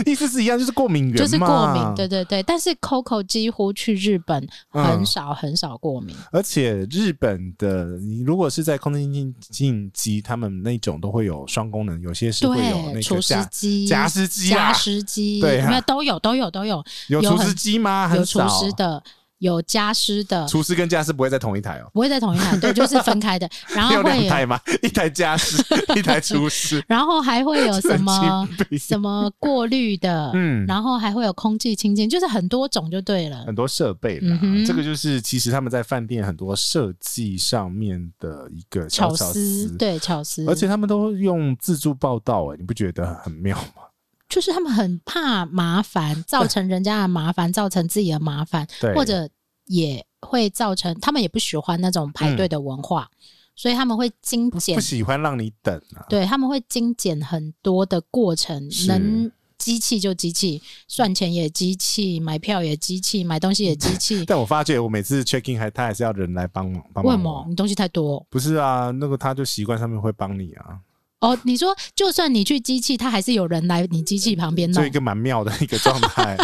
五，意思是一样，就是过敏源嘛，就是过敏，对。对对。但是 Coco 几乎去日本嗯很少很少过敏，而且日本的，你如果是在空气净净机，他们那种都会有双功能，有些是会有对，那除个湿加机、加湿机加啊，湿机，对啊没有都有都有都有。有有除很湿机吗？有很厨少师的，有家师的，厨师跟家师不会在同一台哦，不会在同一台，对，就是分开 的。然你有后两会台有，，吗？ 一台家师，一台厨师然后还会 有什么神经病什么过滤的，嗯然后还会有空气清净，就是很多种就对了。很多设备啦嗯，哼这个就是其实他们在饭店很多设计上面的一个小巧巧思，对巧思，而且他们都用自助报道，哎，你不觉得很妙吗？就是他们很怕麻烦，造成人家的麻烦，造成自己的麻烦，对，或者也会造成他们也不喜欢那种排队的文化，所以他们会精简嗯不喜欢让你等啊，对，他们会精简很多的过程是，。能机器就机器，算钱也机器，买票也机器，买东西也机器但我发觉我每次 check in 还他还是要人来帮忙，帮为什忙么我。你东西太多？不是啊，那个他就习惯上面会帮你啊，哦，你说就算你去机器，他还是有人来你机器旁边做弄 一，个蛮妙的一个状态。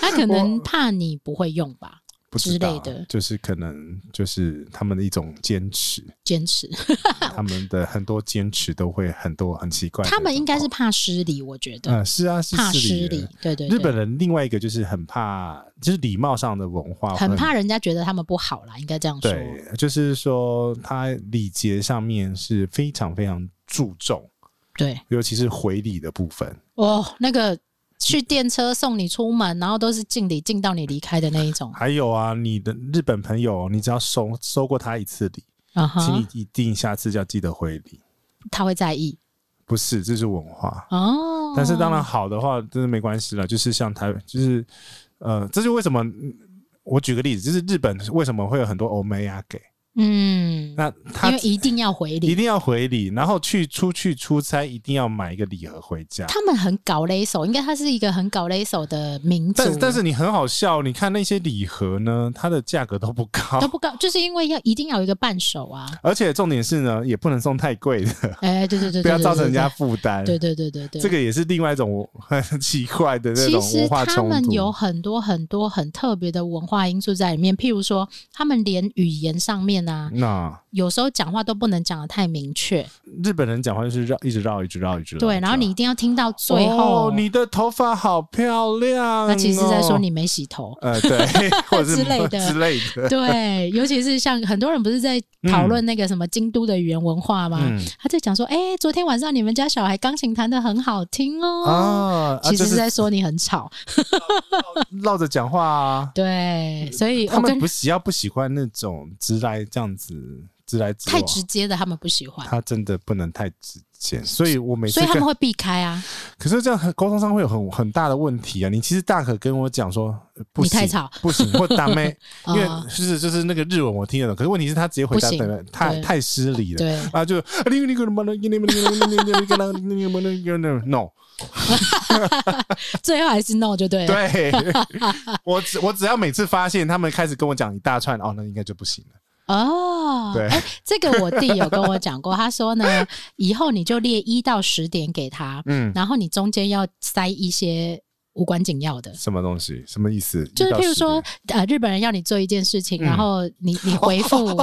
他可能怕你不会用吧？不知之道类的就是可能就是他们的一种坚 持，坚持。他们的很多坚持都会很多很奇怪的状他况。们应该是怕失礼，我觉得、嗯，是啊，是怕失失礼礼的。。对对对，日本人另外一个就是很怕，就是礼貌上的文化，很怕人家觉得他们不好啦，应该这样说。嗯对，就是说他礼节上面是非常非常注重，对，尤其是回礼的部分。哦，那个去电车送你出门，然后都是敬礼敬到你离开的那一种。还有啊，你的日本朋友，你只要收收过他一次礼，啊请你哈，一定下次要记得回礼。他会在意不是，这是文化。哦。但是当然好的话，真的没关系了。就是像台，就是呃，这就为什么嗯我举个例子，就是日本为什么会有很多欧美亚给，嗯，那他因为一定要回一礼，定要回礼，然后去出去出差一定要买一个礼盒回家。他们很搞勒手，应该他是一个很搞勒手的民族但。但是你很好笑，你看那些礼盒呢，它的价格都不高都，不高，就是因为要一定要有一个伴手啊！ 而且重点是呢，也不能送太贵的，哎，对对对，对不要造成人家。负担。对对对对对对对，这个也是另外一种 很奇怪的那其种实文化他冲们突。有很多很多很特别的文化因素在里面，譬如说，他们连语言上面啊，那有时候讲话都不能讲的太明确，日本人讲话就是绕，一直绕，一直绕，一直绕。对，然后一直绕你一定要听到最后，哦、你的头发好漂亮、哦。。那其实在说你没洗头呃，对， 或者是之类的之类 的。对，尤其是像很多人不是在讨论那个什么京都的语言文化吗？嗯他在讲说，哎、昨天晚上你们家小孩钢琴弹的很好听哦。啊，其实啊是就是在说你很吵，绕着讲话啊。对，所以他我们跟不喜要不喜欢那种直来这样子，直来直往太直接的他们不喜欢，他真的不能太直接，所以我每次所以他跟们会避开啊。可是这样很沟通上会有很很大的问题啊！你其实大可跟我讲说，呃不你行，太吵不行，或大妹，因为啊就是就是那个日文我听得懂，可是问题是他直接回答不行等等太对太失礼了。对，啊，就 no，最后还是 no 就对了。对我只我只要每次发现他们开始跟我讲一大串，哦，那应该就不行了。哦，对哎、这个我弟有跟我讲过，他说呢，以后你就列一到十点给他，嗯，然后你中间要塞一些无关紧要的。什么东西？什么意思？就是一到譬十点如说，呃，日本人要你做一件事嗯情，然后你你回 复，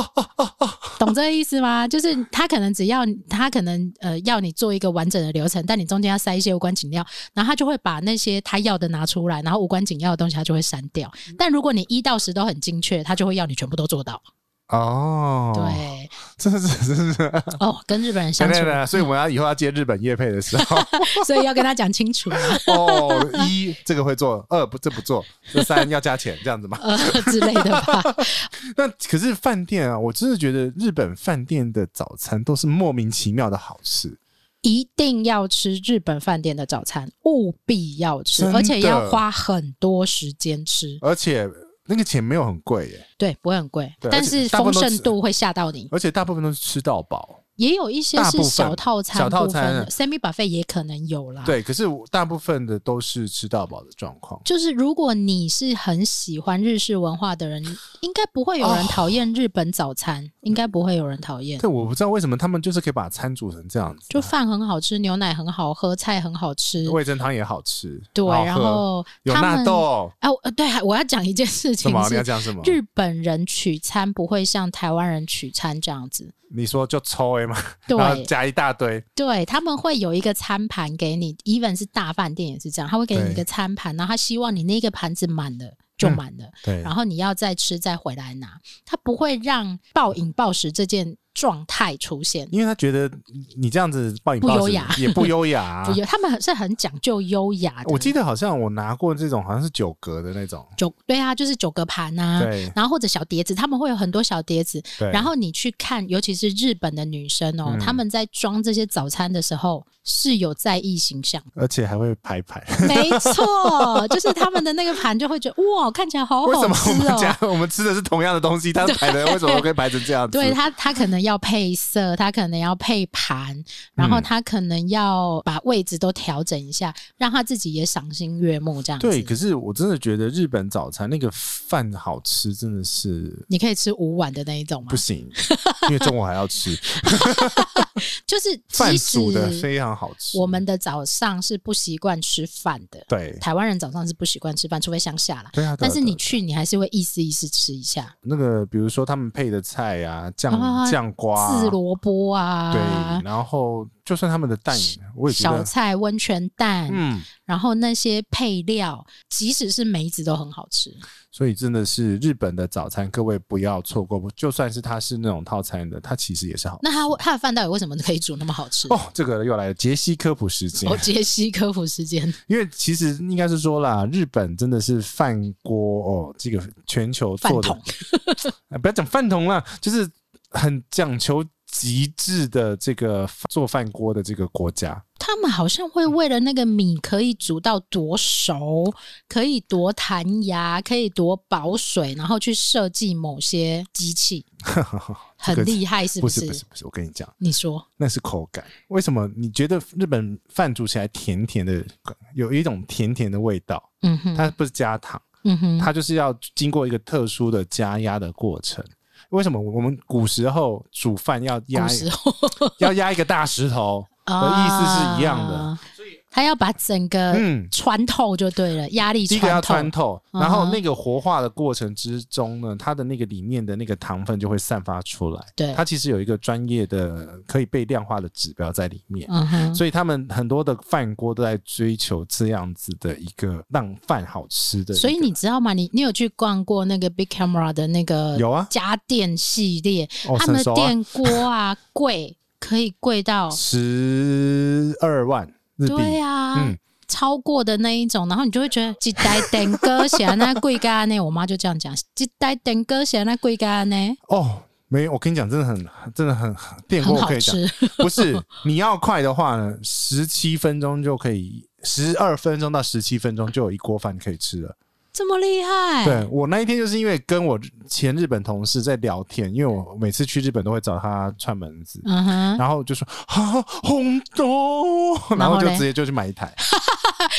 懂这个意思吗？就是他可能只要他可能呃要你做一个完整的流程，但你中间要塞一些无关紧要，然后他就会把那些他要的拿出来，然后无关紧要的东西他就会删掉。嗯但如果你一到十都很精确，他就会要你全部都做到。哦，， 对，这是这是这是。哦，跟日本人对相处对，对，所以我们要以后要接日本业配的时 候，所以要跟他讲清楚啊哦，一这个会做，二不这不做，这三要加钱这样子 嘛。呃之类的吧。那可是饭店啊，我真的觉得日本饭店的早餐都是莫名其妙的好吃，一定要吃日本饭店的早餐，务必要吃，真的而且要花很多时间吃。而且那个钱没有很贵耶，对，不会很贵，对但而且是大部丰分都盛度会吓到你。而且大部分都是吃到饱。也有一些大部是分小套餐小部套分的，餐 semi buffet 也可能有啦。，对，可是我大部分的都是吃到饱的状况。就是如果你是很喜欢日式文化的人，应该不会有人哦讨厌日本早餐，应该不会有人讨厌。但我不知道为什么他们就是可以把餐煮成这样子，就饭很好吃，牛奶很好喝，菜很好吃，味噌汤也好吃，对，好喝然后有他纳们豆，啊，我呃对，还我要讲一件事什情么你要是，讲什么？日本人取餐不会像台湾人取餐这样子，你说就抽哎嘛， 然后对加一大堆，对，他们会有一个餐盘给你，even 是大饭店也是这样，他会给你一对个餐盘，然后他希望你那个盘子满了就嗯满了，对然后你要再吃再回来拿，他不会让暴饮暴食这件状态出现。因为他觉得你这样子暴饮暴不优食雅也不优雅、啊 不。有，他们很是很讲究优雅的。我记得好像我拿过这种，好像是九格的那种，九对啊，就是九个盘啊，对然后或者小碟子，他们会有很多小碟子，对。然后你去看，尤其是日本的女生哦，嗯她们在装这些早餐的时候是有在意形象，而且还会排盘，没 错，就是他们的那个盘就会觉得哇，看起来好为什好么我吃们哦。 家我们吃的是同样的东西，他排的为什么可以排成这样子？对他，他可能能要配色，它可能要配盘，然后嗯它可能要把位置都调整一下，让他自己也赏心悦目这样子。对，可是我真的觉得日本早餐那个饭好吃，真的是你可以吃五碗的那一种吗不？ 行，因为中午还要吃就是饭即煮的使非常好吃。我们的早上是不习惯吃饭的，对啊台湾人早上是不习惯吃饭，除非乡下啦。对啊，对啊但是对你啊去，你还是会意思意思吃一下那个，比如说他们配的菜啊，酱啊酱瓜啊、紫萝卜啊对，，然后就算他们的蛋，我也觉小得，菜温泉蛋，嗯，然后那些配料，即使是梅子都很好吃。所以真的是日本的早餐，各位不要错过。就算是它是那种套餐的，它其实也是好。那它它的饭到底为什么可以煮那么哦好吃？哦，这个又来了，杰西科普时间我。杰西科普时间，因为其实应该是说啦，日本真的是饭锅哦，这个全球做的饭，哎不要讲饭桶啦，就是很讲求极致的这个做饭锅的这个国家。他们好像会为了那个米可以煮到多熟，可以多弹牙，可以多保水，然后去设计某些机器，这个很厉害，是不是？是不是不是，我跟你讲，你说那是口感。为什么你觉得日本饭煮起来甜甜的，有一种甜甜的味道？嗯哼，它不是加糖，嗯哼，它就是要经过一个特殊的加压的过程。为什么我们古时候煮饭要压古时 候要压一个大石头？ 啊意思是一样的，他要把整个嗯穿透就对了，压力第一个要穿透，穿透，嗯哼然后那个活化的过程之中呢，它的那个里面的那个糖分就会散发出来。对它其实有一个专业的可以被量化的指标在里面。嗯哼，所以他们很多的饭锅都在追求这样子的一个让饭好吃的一个。所以你知道吗？你你有去逛过那个 Big Camera 的那个有啊家电系列，哦他们很熟的啊电锅啊贵，可以贵到十二万日币，对啊。嗯超过的那一种，然后你就会觉得几代等哥写那贵干呢？我妈就这样讲，几代等哥写那贵干呢，哦，没有，我跟你讲，真的很，真的很电锅很我好可以讲，吃。 不是你要快的话呢，十七分钟就可以，十二分钟到十七分钟就有一锅饭可以吃了。这么厉害？对我那一天就是因为跟我前日本同事在聊天，因为我每次去日本都会找他串门子，嗯哼，然后就说啊红豆，然后就嘞直接就去买一台。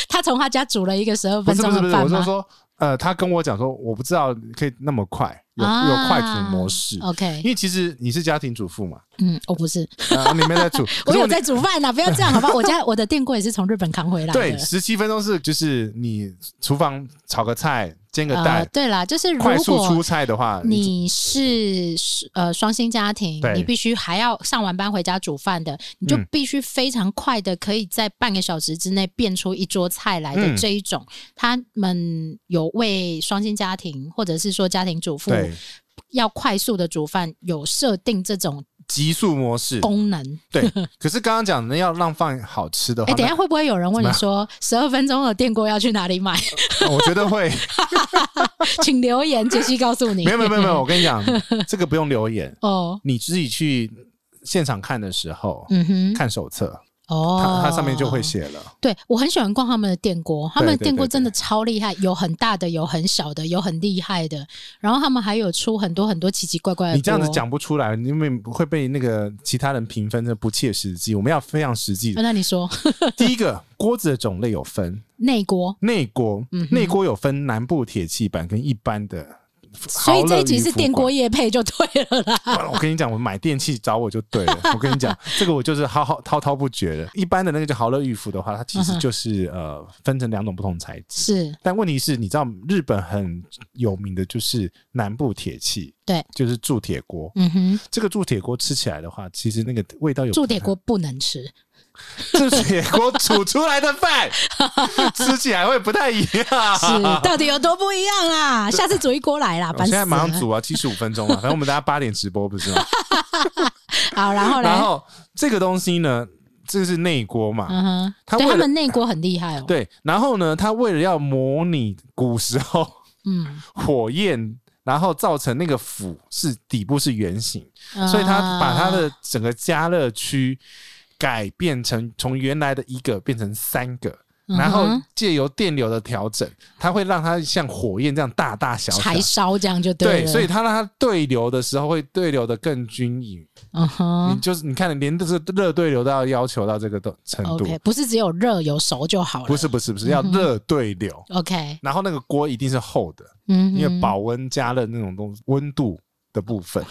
他从他家煮了一个十二不分是钟不是不的是，我饭是吗说，呃，他跟我讲说，我不知道可以那么快，有、有快煮模式。啊 OK，因为其实你是家庭主妇嘛， 嗯，我不是，啊，你没在煮， 可我是有你在煮饭啊呢，不要这样好吧？我家我的电锅也是从日本扛回来的。对，十七分钟是就是你厨房炒个菜，煎个蛋，呃，对啦，就是如快速出果菜的话，你你是呃双薪家庭，对你必须还要上完班回家煮饭的，你就嗯必须非常快的可以在半个小时之内变出一桌菜来的嗯这一种，他们有为双薪家庭或者是说家庭主妇对要快速的煮饭有设定这种急速模式。功能。对，可是刚刚讲的要让饭好吃的话， 哎，等一下那会不会有人问你说十二分钟的电锅要去哪里买？啊我觉得 会 请留言，杰西告诉你。没有没有没有没有，我跟你讲，这个不用留言，哦，你自己去现场看的时候，嗯哼，看手册，哦，它它上面就会。写了。对我很喜欢逛他们的电锅，他们的对电锅对真的超厉害，有很大的，有很小的，有很厉害的。然后他们还有出很多很多奇奇怪怪的。你这样子，讲不出来，因为会被那个其他人评分这不切实际。我们要非常实 际啊。那你说第一个锅子的种类有分内锅，内锅嗯，哼内锅有分南部铁器版跟一般的。所以这一集豪乐渔是夫电锅业配就对了啦。馆。我跟你讲，我买电器找我就对了。我跟你讲，这个我就是浩浩滔滔不绝的。一般的那个叫豪乐御夫的话，它其嗯实哼就是呃分成两种不同材质。 是但问题是，你知道日本很有名的就是南部铁器，对，就是铸铁锅。嗯哼，这个铸铁锅吃起来的话，其实那个味道有铸铁锅不能吃， 铸铁锅煮出来的饭，吃起来会不太一样。是到底有多不一 样啦？下次煮一锅来啦，我现烦死在马上了。煮啊，七十五分钟啊，反正我们大家八点直播不是吗？ 好，然后嘞，然后这个东西呢，这是内锅嘛，嗯哼，他对为他了们内锅很厉害哦。，对。然后呢，它为了要模拟古时候嗯，火焰，然后造成那个釜是底部是圆形，所以它把它啊的整个加热区改变成从原来的一个变成三个，嗯哼然后借由电流的调整，它会让它像火焰这样大大小小柴。烧这样就对，了。所以它让它对流的时候会对流的更均匀。嗯你哼就是你看，连这个热对流都要要求到这个程度， ，OK，不是嗯只有热有熟就好了，不是不是不是要热对流。 OK，然后那个锅一定是厚的，嗯哼，因为保温加热那种东西温度的部分，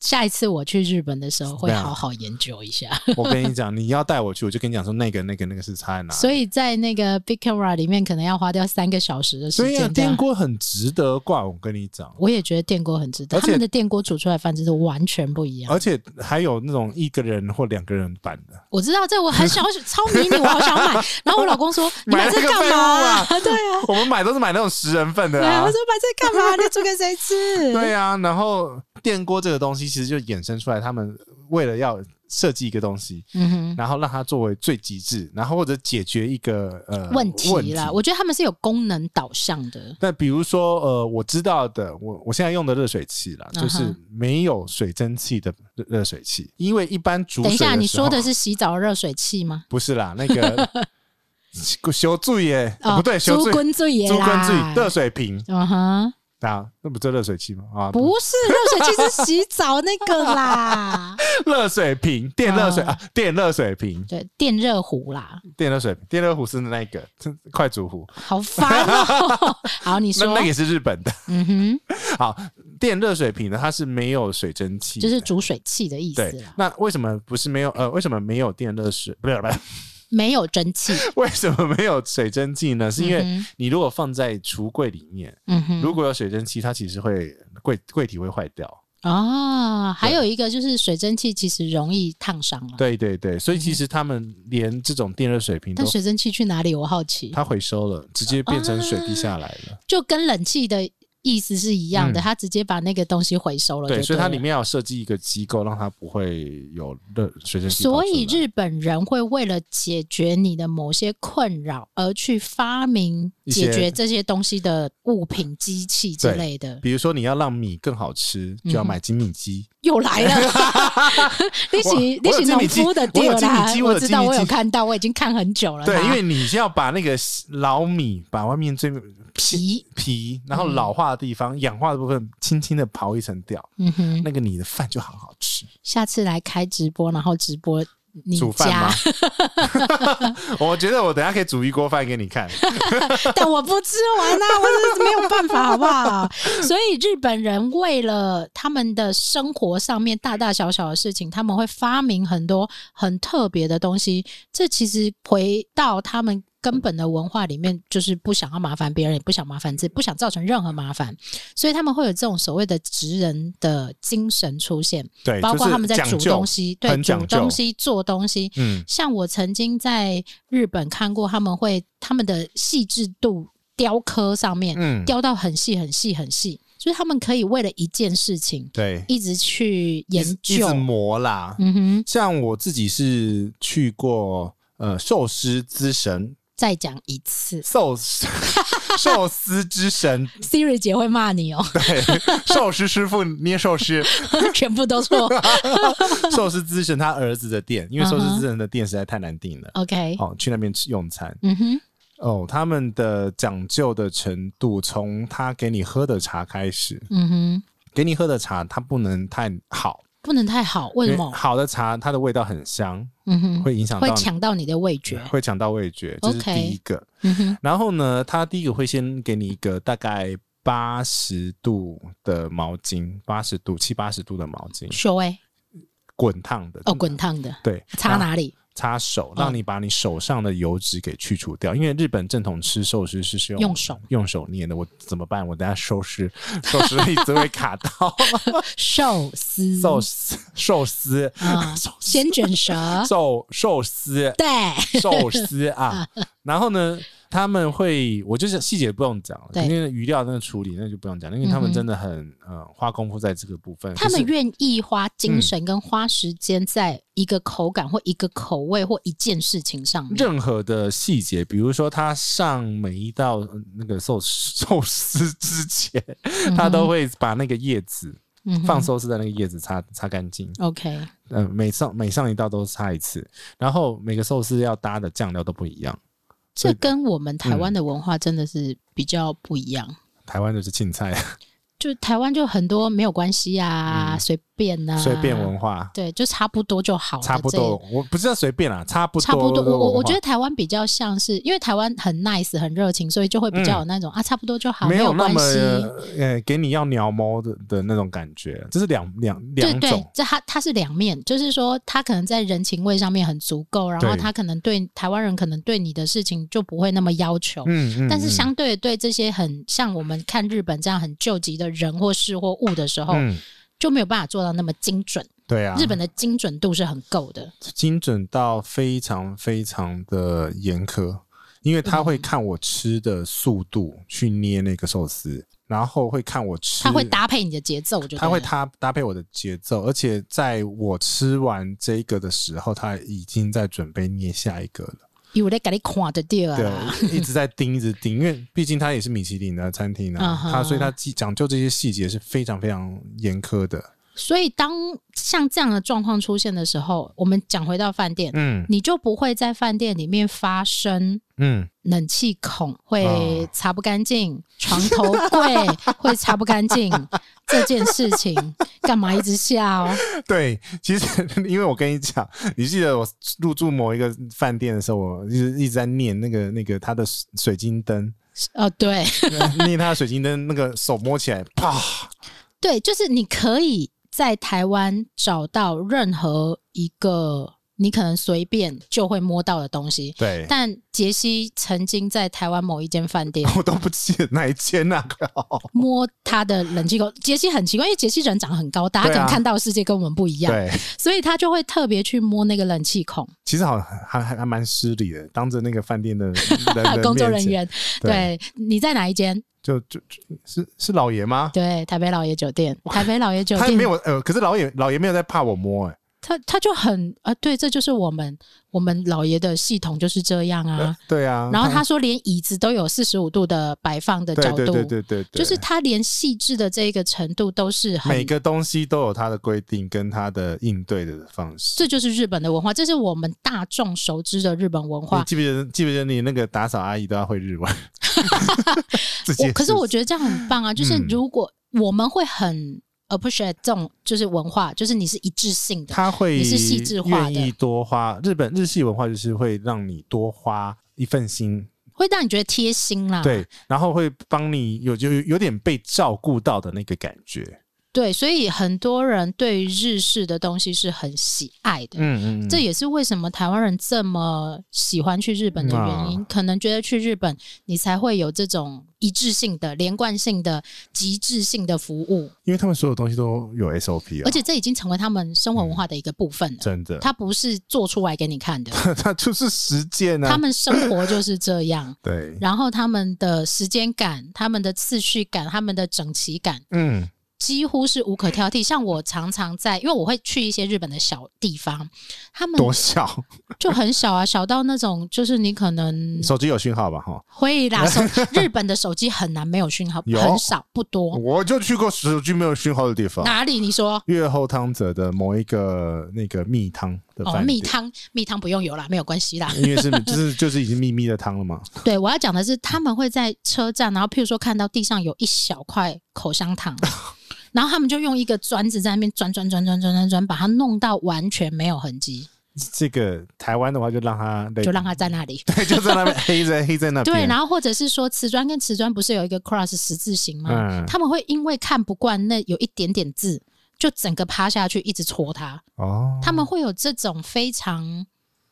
下一次我去日本的时候会对啊好好研究一下。我跟你讲，你要带我去，我就跟你讲说那个那个那个是差在哪里。 所以在那个 Big Camera 里面，可能要花掉三个小时的时所以啊，间。这样电锅很值得挂，我跟你讲。我也觉得电锅很值得，而且他们的电锅煮出来饭真是完全不一样。而且还有那种一个人或两个人版的，我知道这我很想要，超迷你，我好想买。 然后我老公说：“你买这那个干废嘛物啊、？啊 对啊，我们买都是买那种十人份对的啊。”啊我。说：“买这干嘛？你煮给谁吃？”对啊，然后电锅这个东西其实就衍生出来，他们为了要设计一个东西，嗯然后让它作为最极致，然后或者解决一个呃哼，问题啦，我觉得他们是有功能导向的。那比如说，呃，我知道的，我我现在用的热水器啦，嗯哼就是没有水蒸气的热热水器，因为一般煮水等一的时候下，你说的是洗澡热水器吗？不是啦？那 个修醉耶，哦，啊不对，修猪醉滚醉也猪啦，根醉热水瓶嗯哼，啊，那不就热水器吗？啊，不是热水器是洗澡那个 啦，热水瓶，电热水、嗯啊，电热水瓶，对，电热壶啦，电热水瓶，电热壶是那个快煮壶，好 烦哦。好，你那说那，个也是日本的。 嗯哼，好，电热水瓶呢，它是没有水蒸气的，就是煮水器的意思对啦，。那为什么不是没有？呃，为什么没有电热水？ 不是不是，没有蒸汽，为什么没有水蒸气呢？是因为嗯哼你如果放在橱柜里面，嗯哼，如果有水蒸气，它其实会柜柜体会坏掉。哦，还有一个就是水蒸气其实容易烫伤啊了。对对对，所以其实他们连这种电热水瓶都嗯但水蒸气去哪里？我好奇。它回收了，直接变成水滴下来了。就跟冷气的意思是一样的，嗯它直接把那个东西回收了就对，对，所以它里。面要设计一个机构，让它不会有热水蒸气跑出所来。以日本人会为了解决你的某些困扰而去发明一些解决这些东西的物品、机器之类的，比如说你要让米更好吃，就要买精米机。 又来了。 你我起我你有起精农米机夫的我店有精米啦机，我我有知精道，米我有机看到，我已经看很久了啦。对，因为你是要把那个老米，把外面最皮，皮，然后老化的地方、氧化的部分，轻轻的刨一层掉，嗯哼，那个你的饭就好好吃。下次来开直播，然后直播你煮饭 家吗，？我觉得我等一下可以煮一锅饭给你看。但我不吃完啊，我 真的是没有办法，好不好？所以日本人为了他们的生活上面大大小小的事情，他们会发明很多很特别的东西。这其实回到他们。根本的文化里面，就是不想要麻烦别人，也不想麻烦自己，不想造成任何麻烦，所以他们会有这种所谓的职人的精神出现，对，包括哎就是他们在讲煮究东。西，对，很煮讲究东西、做东西，嗯，像我曾经在日本看过，他们会他们的细致度雕刻上面，嗯雕到很细很细很细，就是他们可以为了一件事情对，一直去一研直一究直。磨啦。嗯哼，像我自己是去过呃寿司之神，再讲一次寿 司寿司之神， ，Siri 姐会骂你哦， 对，寿司师傅捏寿司，全部都 错。寿司之神他儿子的店，嗯因为寿司之神的店实在太难订了。 OK，哦，去那边吃用餐嗯哼，哦，他们的讲究的程度，从他给你喝的茶开始，嗯哼，给你喝的茶它不能太好，不能太好，为因什为么？好的茶它的味道很香，嗯哼，会影响到会你啊抢到你的味觉。会抢到味觉，这是 OK 第一个。嗯哼，然后呢，他第一个会先给你一个大概八十度的毛巾，八十度七八十度的毛巾，修哎，滚烫的哦，滚烫的，对，擦哪哦里？ 擦手，让你把你手上的油脂给去除掉。因为日本正统吃寿司是是用用手用手捏的，我怎么办？我等下收拾 收拾一直会卡到 寿司寿司寿司啊，先卷舌， 寿寿司对， 寿司啊。然后呢，他们会，我就是细节不用讲了，对因为鱼料那个处理那就不用讲，因为他们真的很、呃花功夫在这个部分。他们可是嗯愿意花精神跟花时间在一个口感或一个口味或一件事情上面。任何的细节，比如说他上每一道呃那个寿 司寿司之前，他都会把那个叶子。嗯哼放寿司的那个叶子擦擦干净，呃 OK，嗯、每上每上一道都擦一次，然后每个寿司要搭的酱料都不一样，这跟我们台嗯湾的文化真的是比较不一样。台湾就是青菜，啊就台湾就很多没有关系啊，嗯随便啊，随便文化，对，就差不多就好了。差不哦这多，我不是要随便啦，差不多，差不多，我我我觉得得台湾比较像是，因为台湾很 nice 很热情，所以就会比较有那种、啊，差不多就好，没没有那关么系。呃，给你要鸟毛的的那种感觉，这是两两对两对种，，这他他是两面，就是说他可能在人情味上面很足够，然后对他可能对台湾人可能对你的事情就不会那么要求，嗯嗯，但是嗯相对的对这些很像我们看日本这样很救急的人或事或物的时候，嗯，就没有办法做到那么精准。对啊，日本的精准度是很够的，精准到非常非常的严苛，因为他会看我吃的速度去捏那个寿司，然后会看我吃，他会搭配你的节奏，就他会对了搭搭配我的节奏，而且在我吃完这个的时候，他已经在准备捏下一个了。因为在给你看的掉啊，对，一直在盯，一直盯，因为毕竟它也是米其林的餐厅嗯啊，哼它所以它记讲究这些细节是非常非常严苛的。所以当像这样的状况出现的时候，我们讲回到饭店，嗯你就不会在饭店里面发生嗯，冷气孔会哦擦不干净，床头 柜会擦不干净这件事情，干嘛一 直笑？ 对，其实 因为我跟你讲，你记得我入住某一个饭店的时候，我一直一直在念那个那个它的水水晶 灯，哦，对念它的水晶灯，那个手摸起来，啪，对，就是你可以在台湾找到任何一个你可能随便就会摸到的东西，对，但杰西曾经在台湾某一间饭店我都不记得哪一间啊那个，摸他的冷气口。杰西很奇怪，因为杰西人长得很高大，他对啊可能看到的世界跟我们不一样，对，所以他就会特别去摸那个冷气孔。其实好像还还还蛮失礼的，当着那个饭 店的人工作人面前，员，对，你在哪一间？就就就是是老爷吗？对，台北老爷酒店，台北老爷酒他店，没有呃，可是老爷老爷没有在怕我摸哎、他他就很啊、对，这就是我们我们老爷的系统就是这样啊。对啊，然后他说，连椅子都有四十五度的摆放的角对度，对对对对，对就是他连细致的这一个程度都是很每个东西都有他的规定跟他的应对的方式。这就是日本的文化，这是我们大众熟知的日本文你化。记不记得记不记得你那个打扫阿姨都要会日 文？ 这我些可是我觉得这样很棒啊，就是嗯如果我们会很 appreciate 这种就是文化，就是你是一致性的，他会你是细致化的愿意多花日本日系文化，就是会让你多花一份心，会让你觉得贴心啦。对，然后会帮你有就有点被照顾到的那个感觉。对，所以很多人对于日式的东西是很喜爱的。嗯嗯，嗯这也是为什么台湾人这么喜欢去日本的原因，嗯啊可能觉得去日本你才会有这种一致性的、连贯性的、极致性的服务，因为他们所有东西都有 SOP 啊，嗯而且这已经成为他们生活文化的一个部分了。真的，它不是做出来给 你看的，他就是实践啊。他们生活就是这样。对，然后他们的时间感、他们的次序感、他们的整齐感，嗯几乎是无可挑剔。像我常常在，因为我会去一些日本的小地方，他们多小，就很小啊，小到那种就是你可 能 手机有讯号吧？哈，会啦，手日本的手机很难没有讯号，有很少不多。我就去过手机没有讯号的地方，哪里？你说月后汤泽的某一个那个蜜汤的哦，饭蜜店，汤蜜汤不用有啦，没有关系啦。因为是就是就是已经秘密的汤了嘛，对我要讲的是，他们会在车站，然后譬如说看到地上有一小块口 香糖。然后他们就用一个砖子在那边钻钻钻钻钻钻钻，把它弄到完全没有痕迹，这个台湾的话就让它就让它在那里。对 就在那边黑在黑在那对，边，然后或者是说瓷砖跟瓷砖不是有一个 cross 十字形吗？嗯他们会因为看不惯那有一点点字，就整个趴下去一直戳它。哦，他们会有这种非常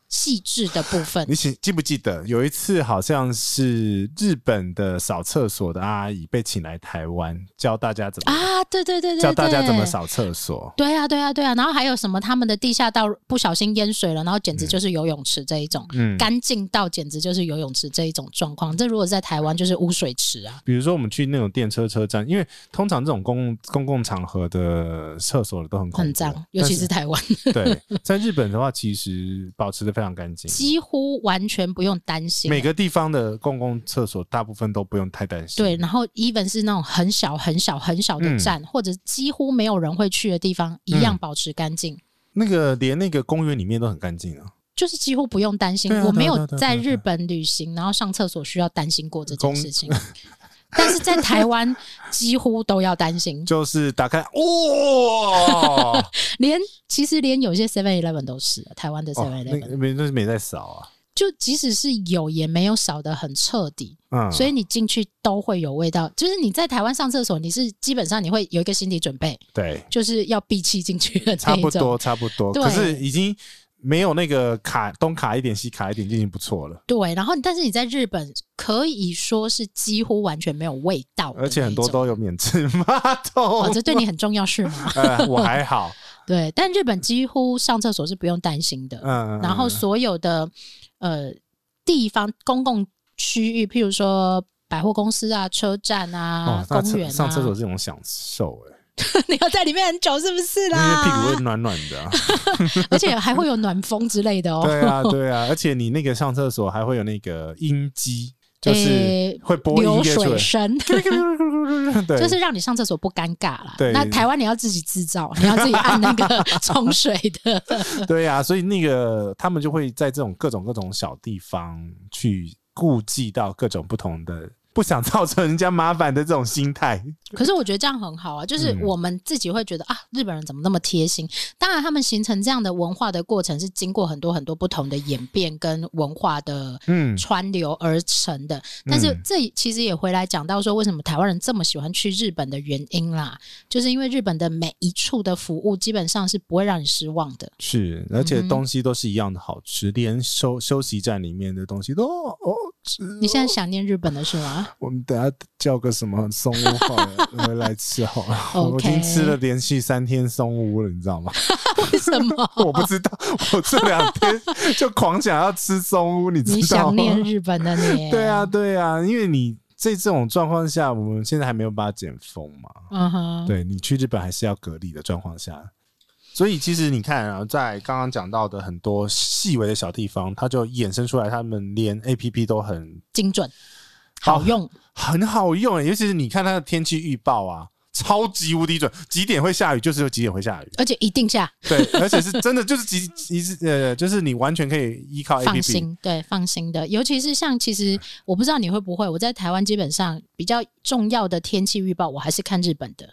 细致的部分你。记记不记得有一次好像是日本的扫厕所的阿姨被请来台湾教大家怎么、啊，对对对对对，哦教大家怎么扫厕所，对啊，对啊，对啊，然后还有什么？他们的地下道不小心淹水了，然后简直就是游泳池这一种，嗯。干净到简直就是游泳池这一种状况。这如果在台湾就是污水池啊，比如说我们去那种电车车站，因为通常这种公共公共场合的厕所都很恐怖很脏，尤其是台湾，但是对，在日本的话，其实保持的非常干净，几乎完全不用担心。每个地方的公共厕所大部分都不用太担心。对，然后 even 是那种很小、很小、很小的嗯站，或者几乎没有人会去的地方，一样保持干净。那个连那个公园里面都很干净啊，就是几乎不用担心对啊。对啊我没对有啊对啊在对啊日本旅行，然后上厕所需要担心过这件公事情，但是在台湾几乎都要担心，就是打开， 哇、哦，连其实连有些 Seven Eleven 都是啊台湾的 Seven 哦那 Eleven，个没那是没在扫啊，就即使是有，也没有少的很彻底。嗯，所以你进去都会有味道。就是你在台湾上厕所，你是基本上你会有一个心理准备，对，就是要闭气进去的差那一不种。多差不多，对可是已经没有那个卡东卡一点西卡一点就已经不错了，对，然后但是你在日本可以说是几乎完全没有味道的那一种，而且很多都有免治马桶，哦，这对你很重要是吗？ 呃，我还好，对，但日本几乎上厕所是不用担心的。 嗯， 然后所有的呃地方公共区域，譬如说百货公司啊、车站啊哦、，那公厕园啊，上厕所是一种享受哎、 你要在里面很久是不是因为啦？屁股会暖暖的、啊， 而且还会有暖风之类的哦。对啊对啊，而且你那个上厕所还会有那个音机，就是诶会播音流乐出水来，声， 对，就是让你上厕所不尴尬啦。对那台湾你要自己制造，你要自己按那个冲水的。对啊，所以那个他们就会在这种各种各种小地方去顾忌到各种不同的，不想造成人家麻烦的这种心 态。可是我觉得这样很好啊，就是嗯我们自己会觉得啊，日本人怎么那么贴心？当然，他们形成这样的文化的过程是经过很多很多不同的演变跟文化的嗯，川流而成的。但是嗯这其实也回来讲到说，为什么台湾人这么喜欢去日本的原因啦，就是因为日本的每一处的服务基本上是不会让你失望的。是，而且嗯哼东西都是一样的好吃，连休休息站里面的东西都哦哦吃哦。你现在想念日本了是 吗？我们等下叫个什么松屋好了，回来吃好了。我已 OK 经吃了连续三天松屋了，你知道 吗？为什么？我不知道，我这两天就狂想要吃松屋， 你知道吗？啊你想念日本的 你？对啊，，对啊，因为你在这种状况下，我们现在还没有把它解封嘛，嗯哼，对你去日本还是要隔离的状况下，所以其实你看啊，在刚刚讲到的很多细微的小地方，它就衍生出来，他们连 A P P 都很精准，好用，很好用、欸尤其是你看它的天气预报啊。超级无敌准，几点会下雨就是有几点会下雨，而且一定下， 对，而且是真的就是几几呃，就是你完全可以依靠 A 放 P 嗯 P，心，对，放心的。尤其是像，其实我不知道你会不会，我在台湾基本上比较重要的天气预报，我还是看日本的。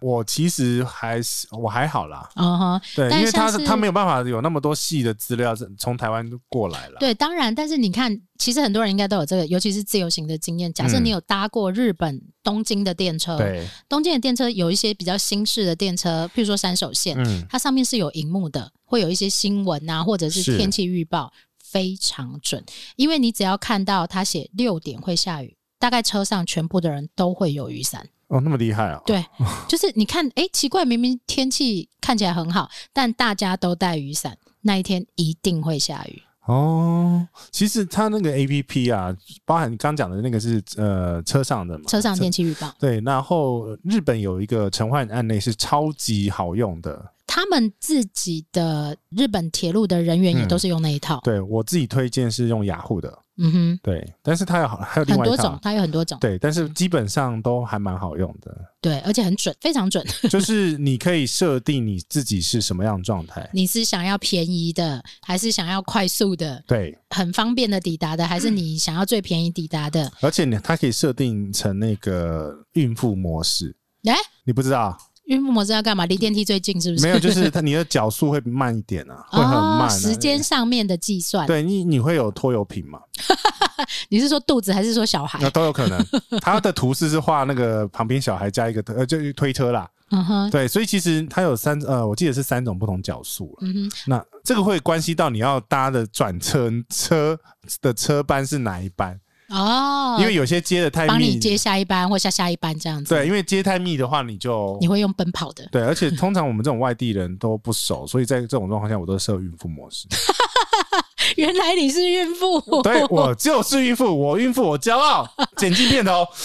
我其实还是我还好啦，嗯哼，对，但因为像他是他没有办法有那么多细的资料是从台湾过来了。对，当然，但是你看，其实很多人应该都有这个，尤其是自由行的经验。假设嗯你有搭过日本东京的电车，对，东京的电车有一些比较新式的电车，譬如说山手线，嗯，它上面是有荧幕的，会有一些新闻啊，或者是是天气预报，非常准。因为你只要看到它写六点会下雨，大概车上全部的人都会有雨伞。哦，那么厉害啊！对，就是你看，哎、奇怪，明明天气看起来很好，但大家都带雨伞，那一天一定会下雨。哦，其实他那个 A P P 啊，包含你刚讲的那个是呃车上的嘛，车上天气预报，对，然后日本有一个陈焕案内是超级好用的，他们自己的日本铁路的人员也都是用那一套。嗯对我自己推荐是用雅虎的，嗯对，但是它有好还有哼，另很外一多种套，，它有很多种，对，但是基本上都还蛮好用的，对，而且很准，非常准。就是你可以设定你自己是什么样的状态，你是想要便宜的，还是想要快速的？对，很方便的抵达的，还是你想要最便宜抵达的？而且你它可以设定成那个孕妇模式，哎、你不知道？孕妇模式要干嘛？离电梯最近是不是？嗯没 有，就是它你的脚速会慢一点啊，会很慢、啊哦，时间。上面的计算。对你，你会有拖油瓶嘛？你是说肚子还是说小那孩？都有可能。 它的图示是画那个旁边小孩加一个呃，就是推车啦。嗯哼，对，所以其实它有三呃，我记得是三种不同脚速了。嗯哼，那这个会关系到你要搭的转车车的车班是哪一班，哦，因为有些接的太帮密你，接下一班或下下一班这样子。对，，因为接太密的话，你就你会用奔跑的。 对，而且通常我们这种外地人都不熟，所以在这种状况下，我都设孕妇模 式。原来你是孕妇，对我就是孕妇，我孕妇我骄傲，剪进片头。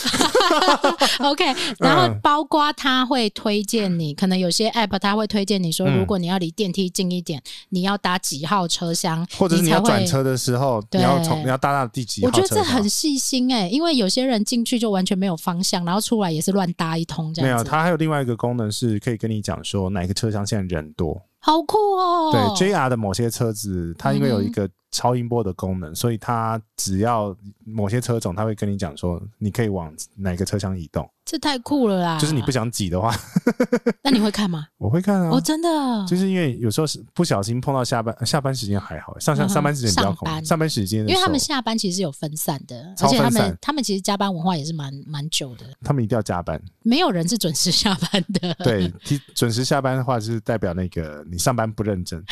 OK，然后嗯包括他会推荐你，可能有些 App 他会推荐你说，嗯如果你要离电梯近一点，你要搭几号车厢，或者是你才要会转车的时 候，你要从对你要搭到第几我号车觉厢？得这很细心哎、因为有些人进去就完全没有方向，然后出来也是乱搭一通这没样有。子。它还有另外一个功能是可以跟你讲说哪一个车厢现在人多，好酷哦！嗯对 JR 的某些车子，它因为有一个超音波的功能，所以它只要某些车种，它会跟你讲说，你可以往哪个车厢移动。这太酷了啦！就是你不，想挤的话， 那你会看吗？我会看啊。哦，真的，就是因为有时候是不小心碰到下班，下班时间还好，上嗯上哼上班时间比较恐上班怖，上班时间的因为他们时候下班其实是有分散的，超而且他分们散他们其实加班文化也是蛮蛮久的，他们一定要加班，没有人是准时下班的。 对，提准时下班的话，就是代表那个你上班不认 真。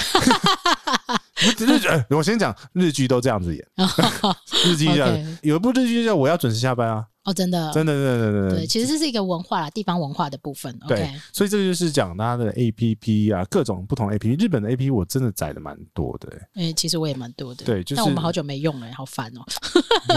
我只是呃我先讲日剧都这样子演，日剧这样哦 OK 有一部日剧叫《我要准时下班》啊，哦，真的，真的，真的，真的对，，其实这是一个文化啦，地方文化的部分。对 OK，，所以这个就是讲它的 A P P 啊，各种不同 A P P，日本的 A P P 我真的载的蛮多的、欸因为其实我也蛮多的，对就是但我们好久没用了，好烦哦。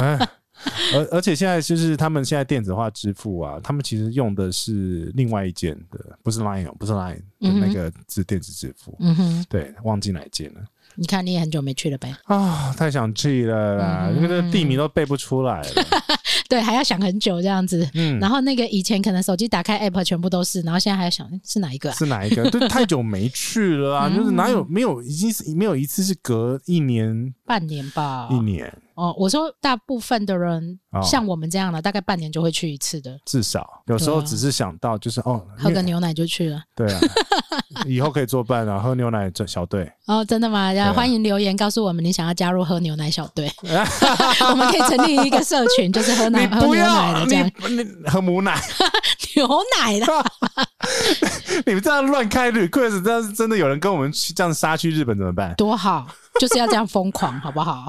哎 而而且现在就是他们现在电子化支付啊，他们其实用的是另外一件的，不是 Line，哦不是 Line 的那个是电子支付，嗯哼，对，忘记哪一件了你看你也很久没去了呗？ 啊，太想去了啦，嗯因为那个地名都背不出 来了，对，还要想很久这样子。嗯然。后那个以前可能手机打开 app 全部都是，然后现在还要想嗯是哪一个啊？是哪一个？对，太久没去了啊！就是哪嗯有没有，已经是没有一次是隔一年半年吧。一年哦，我说大部分的人嗯哦像我们这样的，大概半年就会去一次的，至少，有时候对啊只是想到就是哦，因喝为个牛奶就去了。对啊，以后可以作伴啊，喝牛奶这小 队，哦，真的吗？然对后啊欢迎留言告诉我们你想要加入喝牛奶小 队，我们可以成立一个社群，就是喝奶你喝不牛奶要的这你样你喝母奶，牛奶啦。你们这样乱开 request，但是真的有人跟我们去这样杀去日本怎么办？多好，就是要这样疯狂，好不好？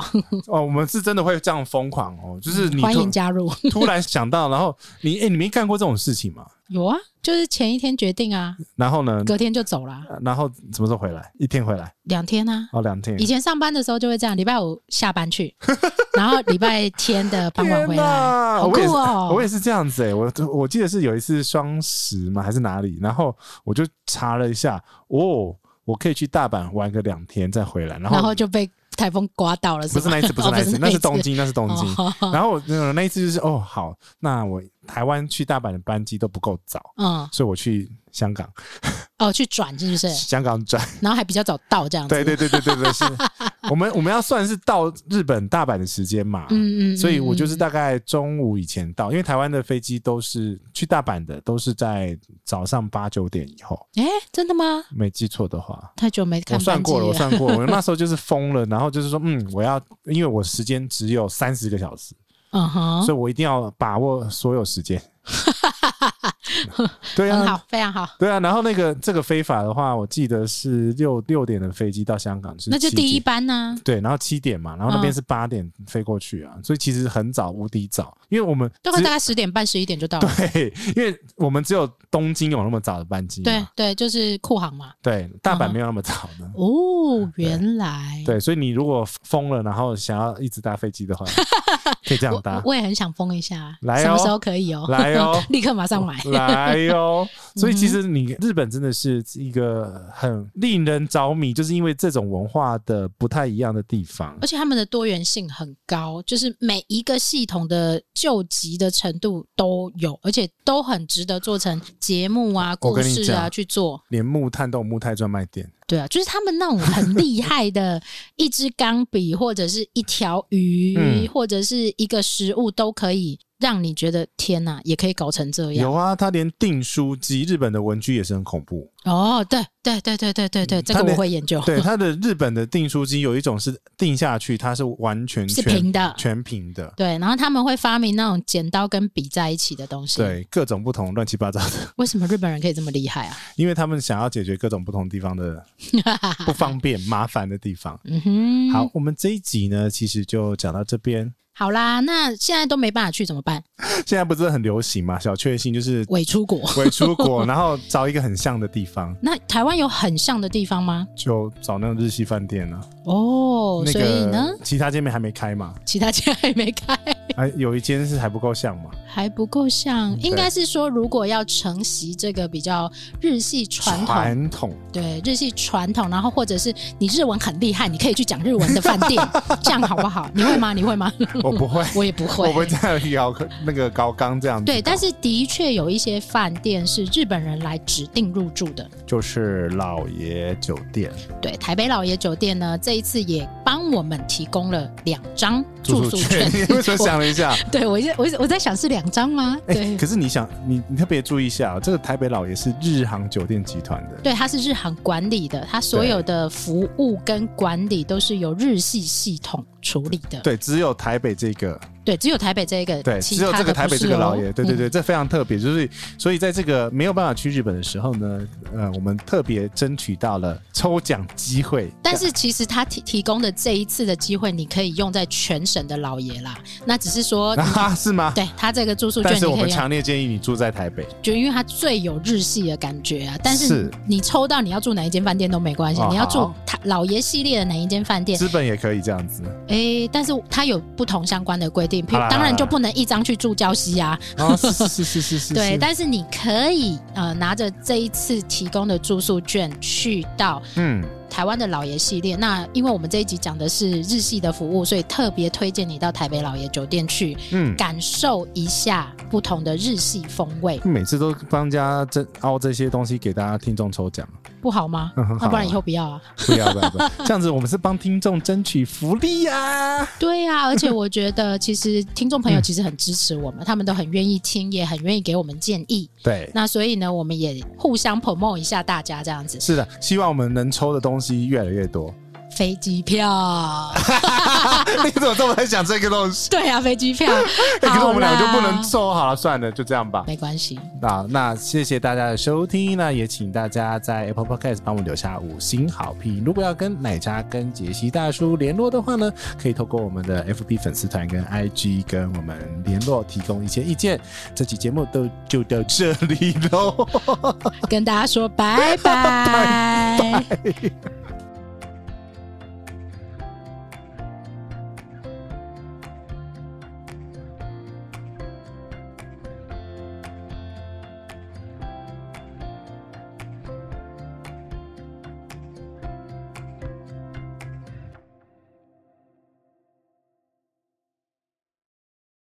哦，我们是真的会这样疯狂哦，就是你嗯欢迎突加入。突然想到，然后你哎、你没干过这种事情吗？有啊，就是前一天决定啊，然后呢？隔天就走啦，然后什么时候回来？一天回来两天啊。哦，两天以。前上班的时候就会这样，礼拜五下班 去，然后礼拜天的傍晚回天来，哪好我也是酷哦我！也是这样子哎、我我记得是有一次双十嘛还是哪里，然后我就查了一下，哦，我可以去大阪玩个两天再回来，然后然后就被台风刮到了，不是吗那一次，不是那一哦次，那那一是次东京，那是东京。哦 然后我呃那一次就是哦，好，那我台湾去大阪的班机都不够早，嗯，所以我去香港，哦，去转是不是？香港转。然后还比较早到这样子。对对对对对 对，是我们我们要算是到日本大阪的时间嘛。嗯，嗯嗯。所以我就是嗯大概中午以前到，因为台湾的飞机都是去大阪的，都是在早上八九点以后，哎，真的吗？没记错的话。太久没我看算班啊级过了，我了。算过 了，我那时候就是疯了，然后就是说，嗯，我要，因为我时间只有三十个小时，嗯哼，所以我一定要把握所有时 间。对很啊，好，非常好。对啊。然后那个这个非法的话，我记得是六六点的飞机到香港，是那就7第一点。班呢？对，然后七点嘛，然后那嗯边是八点飞过去啊，所以其实很早，无敌早，因为我们都会大概十点半、十一点就到了。只对，因为我们只有东京有那么早的班机对嘛，对，就是库航嘛。对，大嗯阪哼没有那么早的，哦，原来。 嗯对，所以你如果疯了，然后想要一直搭飞机 的话，可以这样我搭我，我也很想封一下，啊来哦什么时候可以哦？来哦 立刻马上买。嗯来 哟、所以其实你日本真的是一个很令人着迷，就是因为这种文化的不太一样的地方而。且他们的多元性很高，就是每一个系统的救急的程度都有，而且都很值得做成节目啊、我故跟你事啊讲去做。连木炭都有木炭专卖店，对啊，就是他们那种 很厉害的，一支钢笔或者是一条鱼、嗯或者是一个食物，都可以让你觉得天哪，也可以搞成这有。样啊，它连订书机，日本的文具也是很恐怖。哦，对对对对对对对，这他个连我会研 究。对，它的日本的订书机有一种是订下去，它是完全是全平的全平的。对，然后他们会发明那种剪刀跟笔在一起的东西。，对，各种不同乱七八糟的，为什么日本人可以这么厉害啊？因为他们想要解决各种不同地方 的不方便、麻烦的地方。嗯哼，好，，我们这一集呢，其实就讲到这边。好啦，那现在都没办法去怎么办？现在不是很流行嘛？小确幸就是伪出国。伪出 国，然后找一个很像的地方，那台湾有很像的地方吗？就找那种日系饭店啊。哦，那所以呢，个其他界面还没开嘛，其他家也没开，哎，有一间是还不够像嘛，还不够嗯像。应该是说，如果要承袭这个比较日系传统，传统对日系传统，然后或者是你日文很厉害，你可以去讲日文的饭店，这样好不好？你会吗？你会吗？ 我哦不会，我也不会我。不会这样摇那个高刚这样子搞。对，但是的确有一些饭店是日本人来指定入住的。就是老爷酒店对，台北老爷酒店呢，这一次也帮我们提供了两张住宿券。 你为什么想了一下？对 我一直我一直我在想是两张吗？哎、对、可是你想，你你特别注意一下、这个台北老爷是日航酒店集团的，对，它是日航管理的，它所有的服务跟管理都是由日系系统处理的。对，只有台北这个，对，只有台北这一个，对，其只有他这个的台不北是这个哦老爷，对对。嗯对，这非常特别，就是所以在这个没有办法去日本的时候呢，呃，我们特别争取到了抽奖机会，但是其实他提提供的这一次的机会，你可以用在全省的老爷啦。那只是说， 啊，是吗？对他这个住宿券但你是我可们以啊用，强烈建议你住在台北，就因为它最有日系的感觉啊。但是是你抽到你要住哪一间饭店都没关系，哦你要住好他老爷系列的哪一间饭店，资本也可以这样子诶，但是它有不同相关的规定，譬好啦如当好然啦就不能一张去住礁溪啊，啊，是是是是是是， 对，是但是你可以呃拿着这一次提供的住宿券去到嗯，台湾的老爷系列。那因为我们这一集讲的是日系的服务，所以特别推荐你到台北老爷酒店去嗯感受一下不同的日系风味，每次都帮人家这凹这些东西给大家听众抽奖，不好吗？嗯很那好不然啊以后不要啊。不要不要，不要这样子我们是帮听众争取福利呀、对啊，而且我觉得其实听众朋友其实很支持我们，他们都很愿意听，也很愿意给我们建议。对，那所以呢，我们也互相 promote 一下大家这样子。是的，希望我们能抽的东西越来越多。飞机票，你怎么这么爱讲这个东西？ 对啊，飞机 票。哎可是我好们两个就啦不能抽，好了，算了，就这样吧。没关系，啊，那谢谢大家的收听，那也请大家在 Apple Podcast 帮我们留下五星好评。如果要跟奶茶跟杰西大叔联络的话呢，可以透过我们的 FB 粉丝团跟 IG 跟我们联络，提供一些意见。这期节目都就到这里喽。 跟大家说拜拜。拜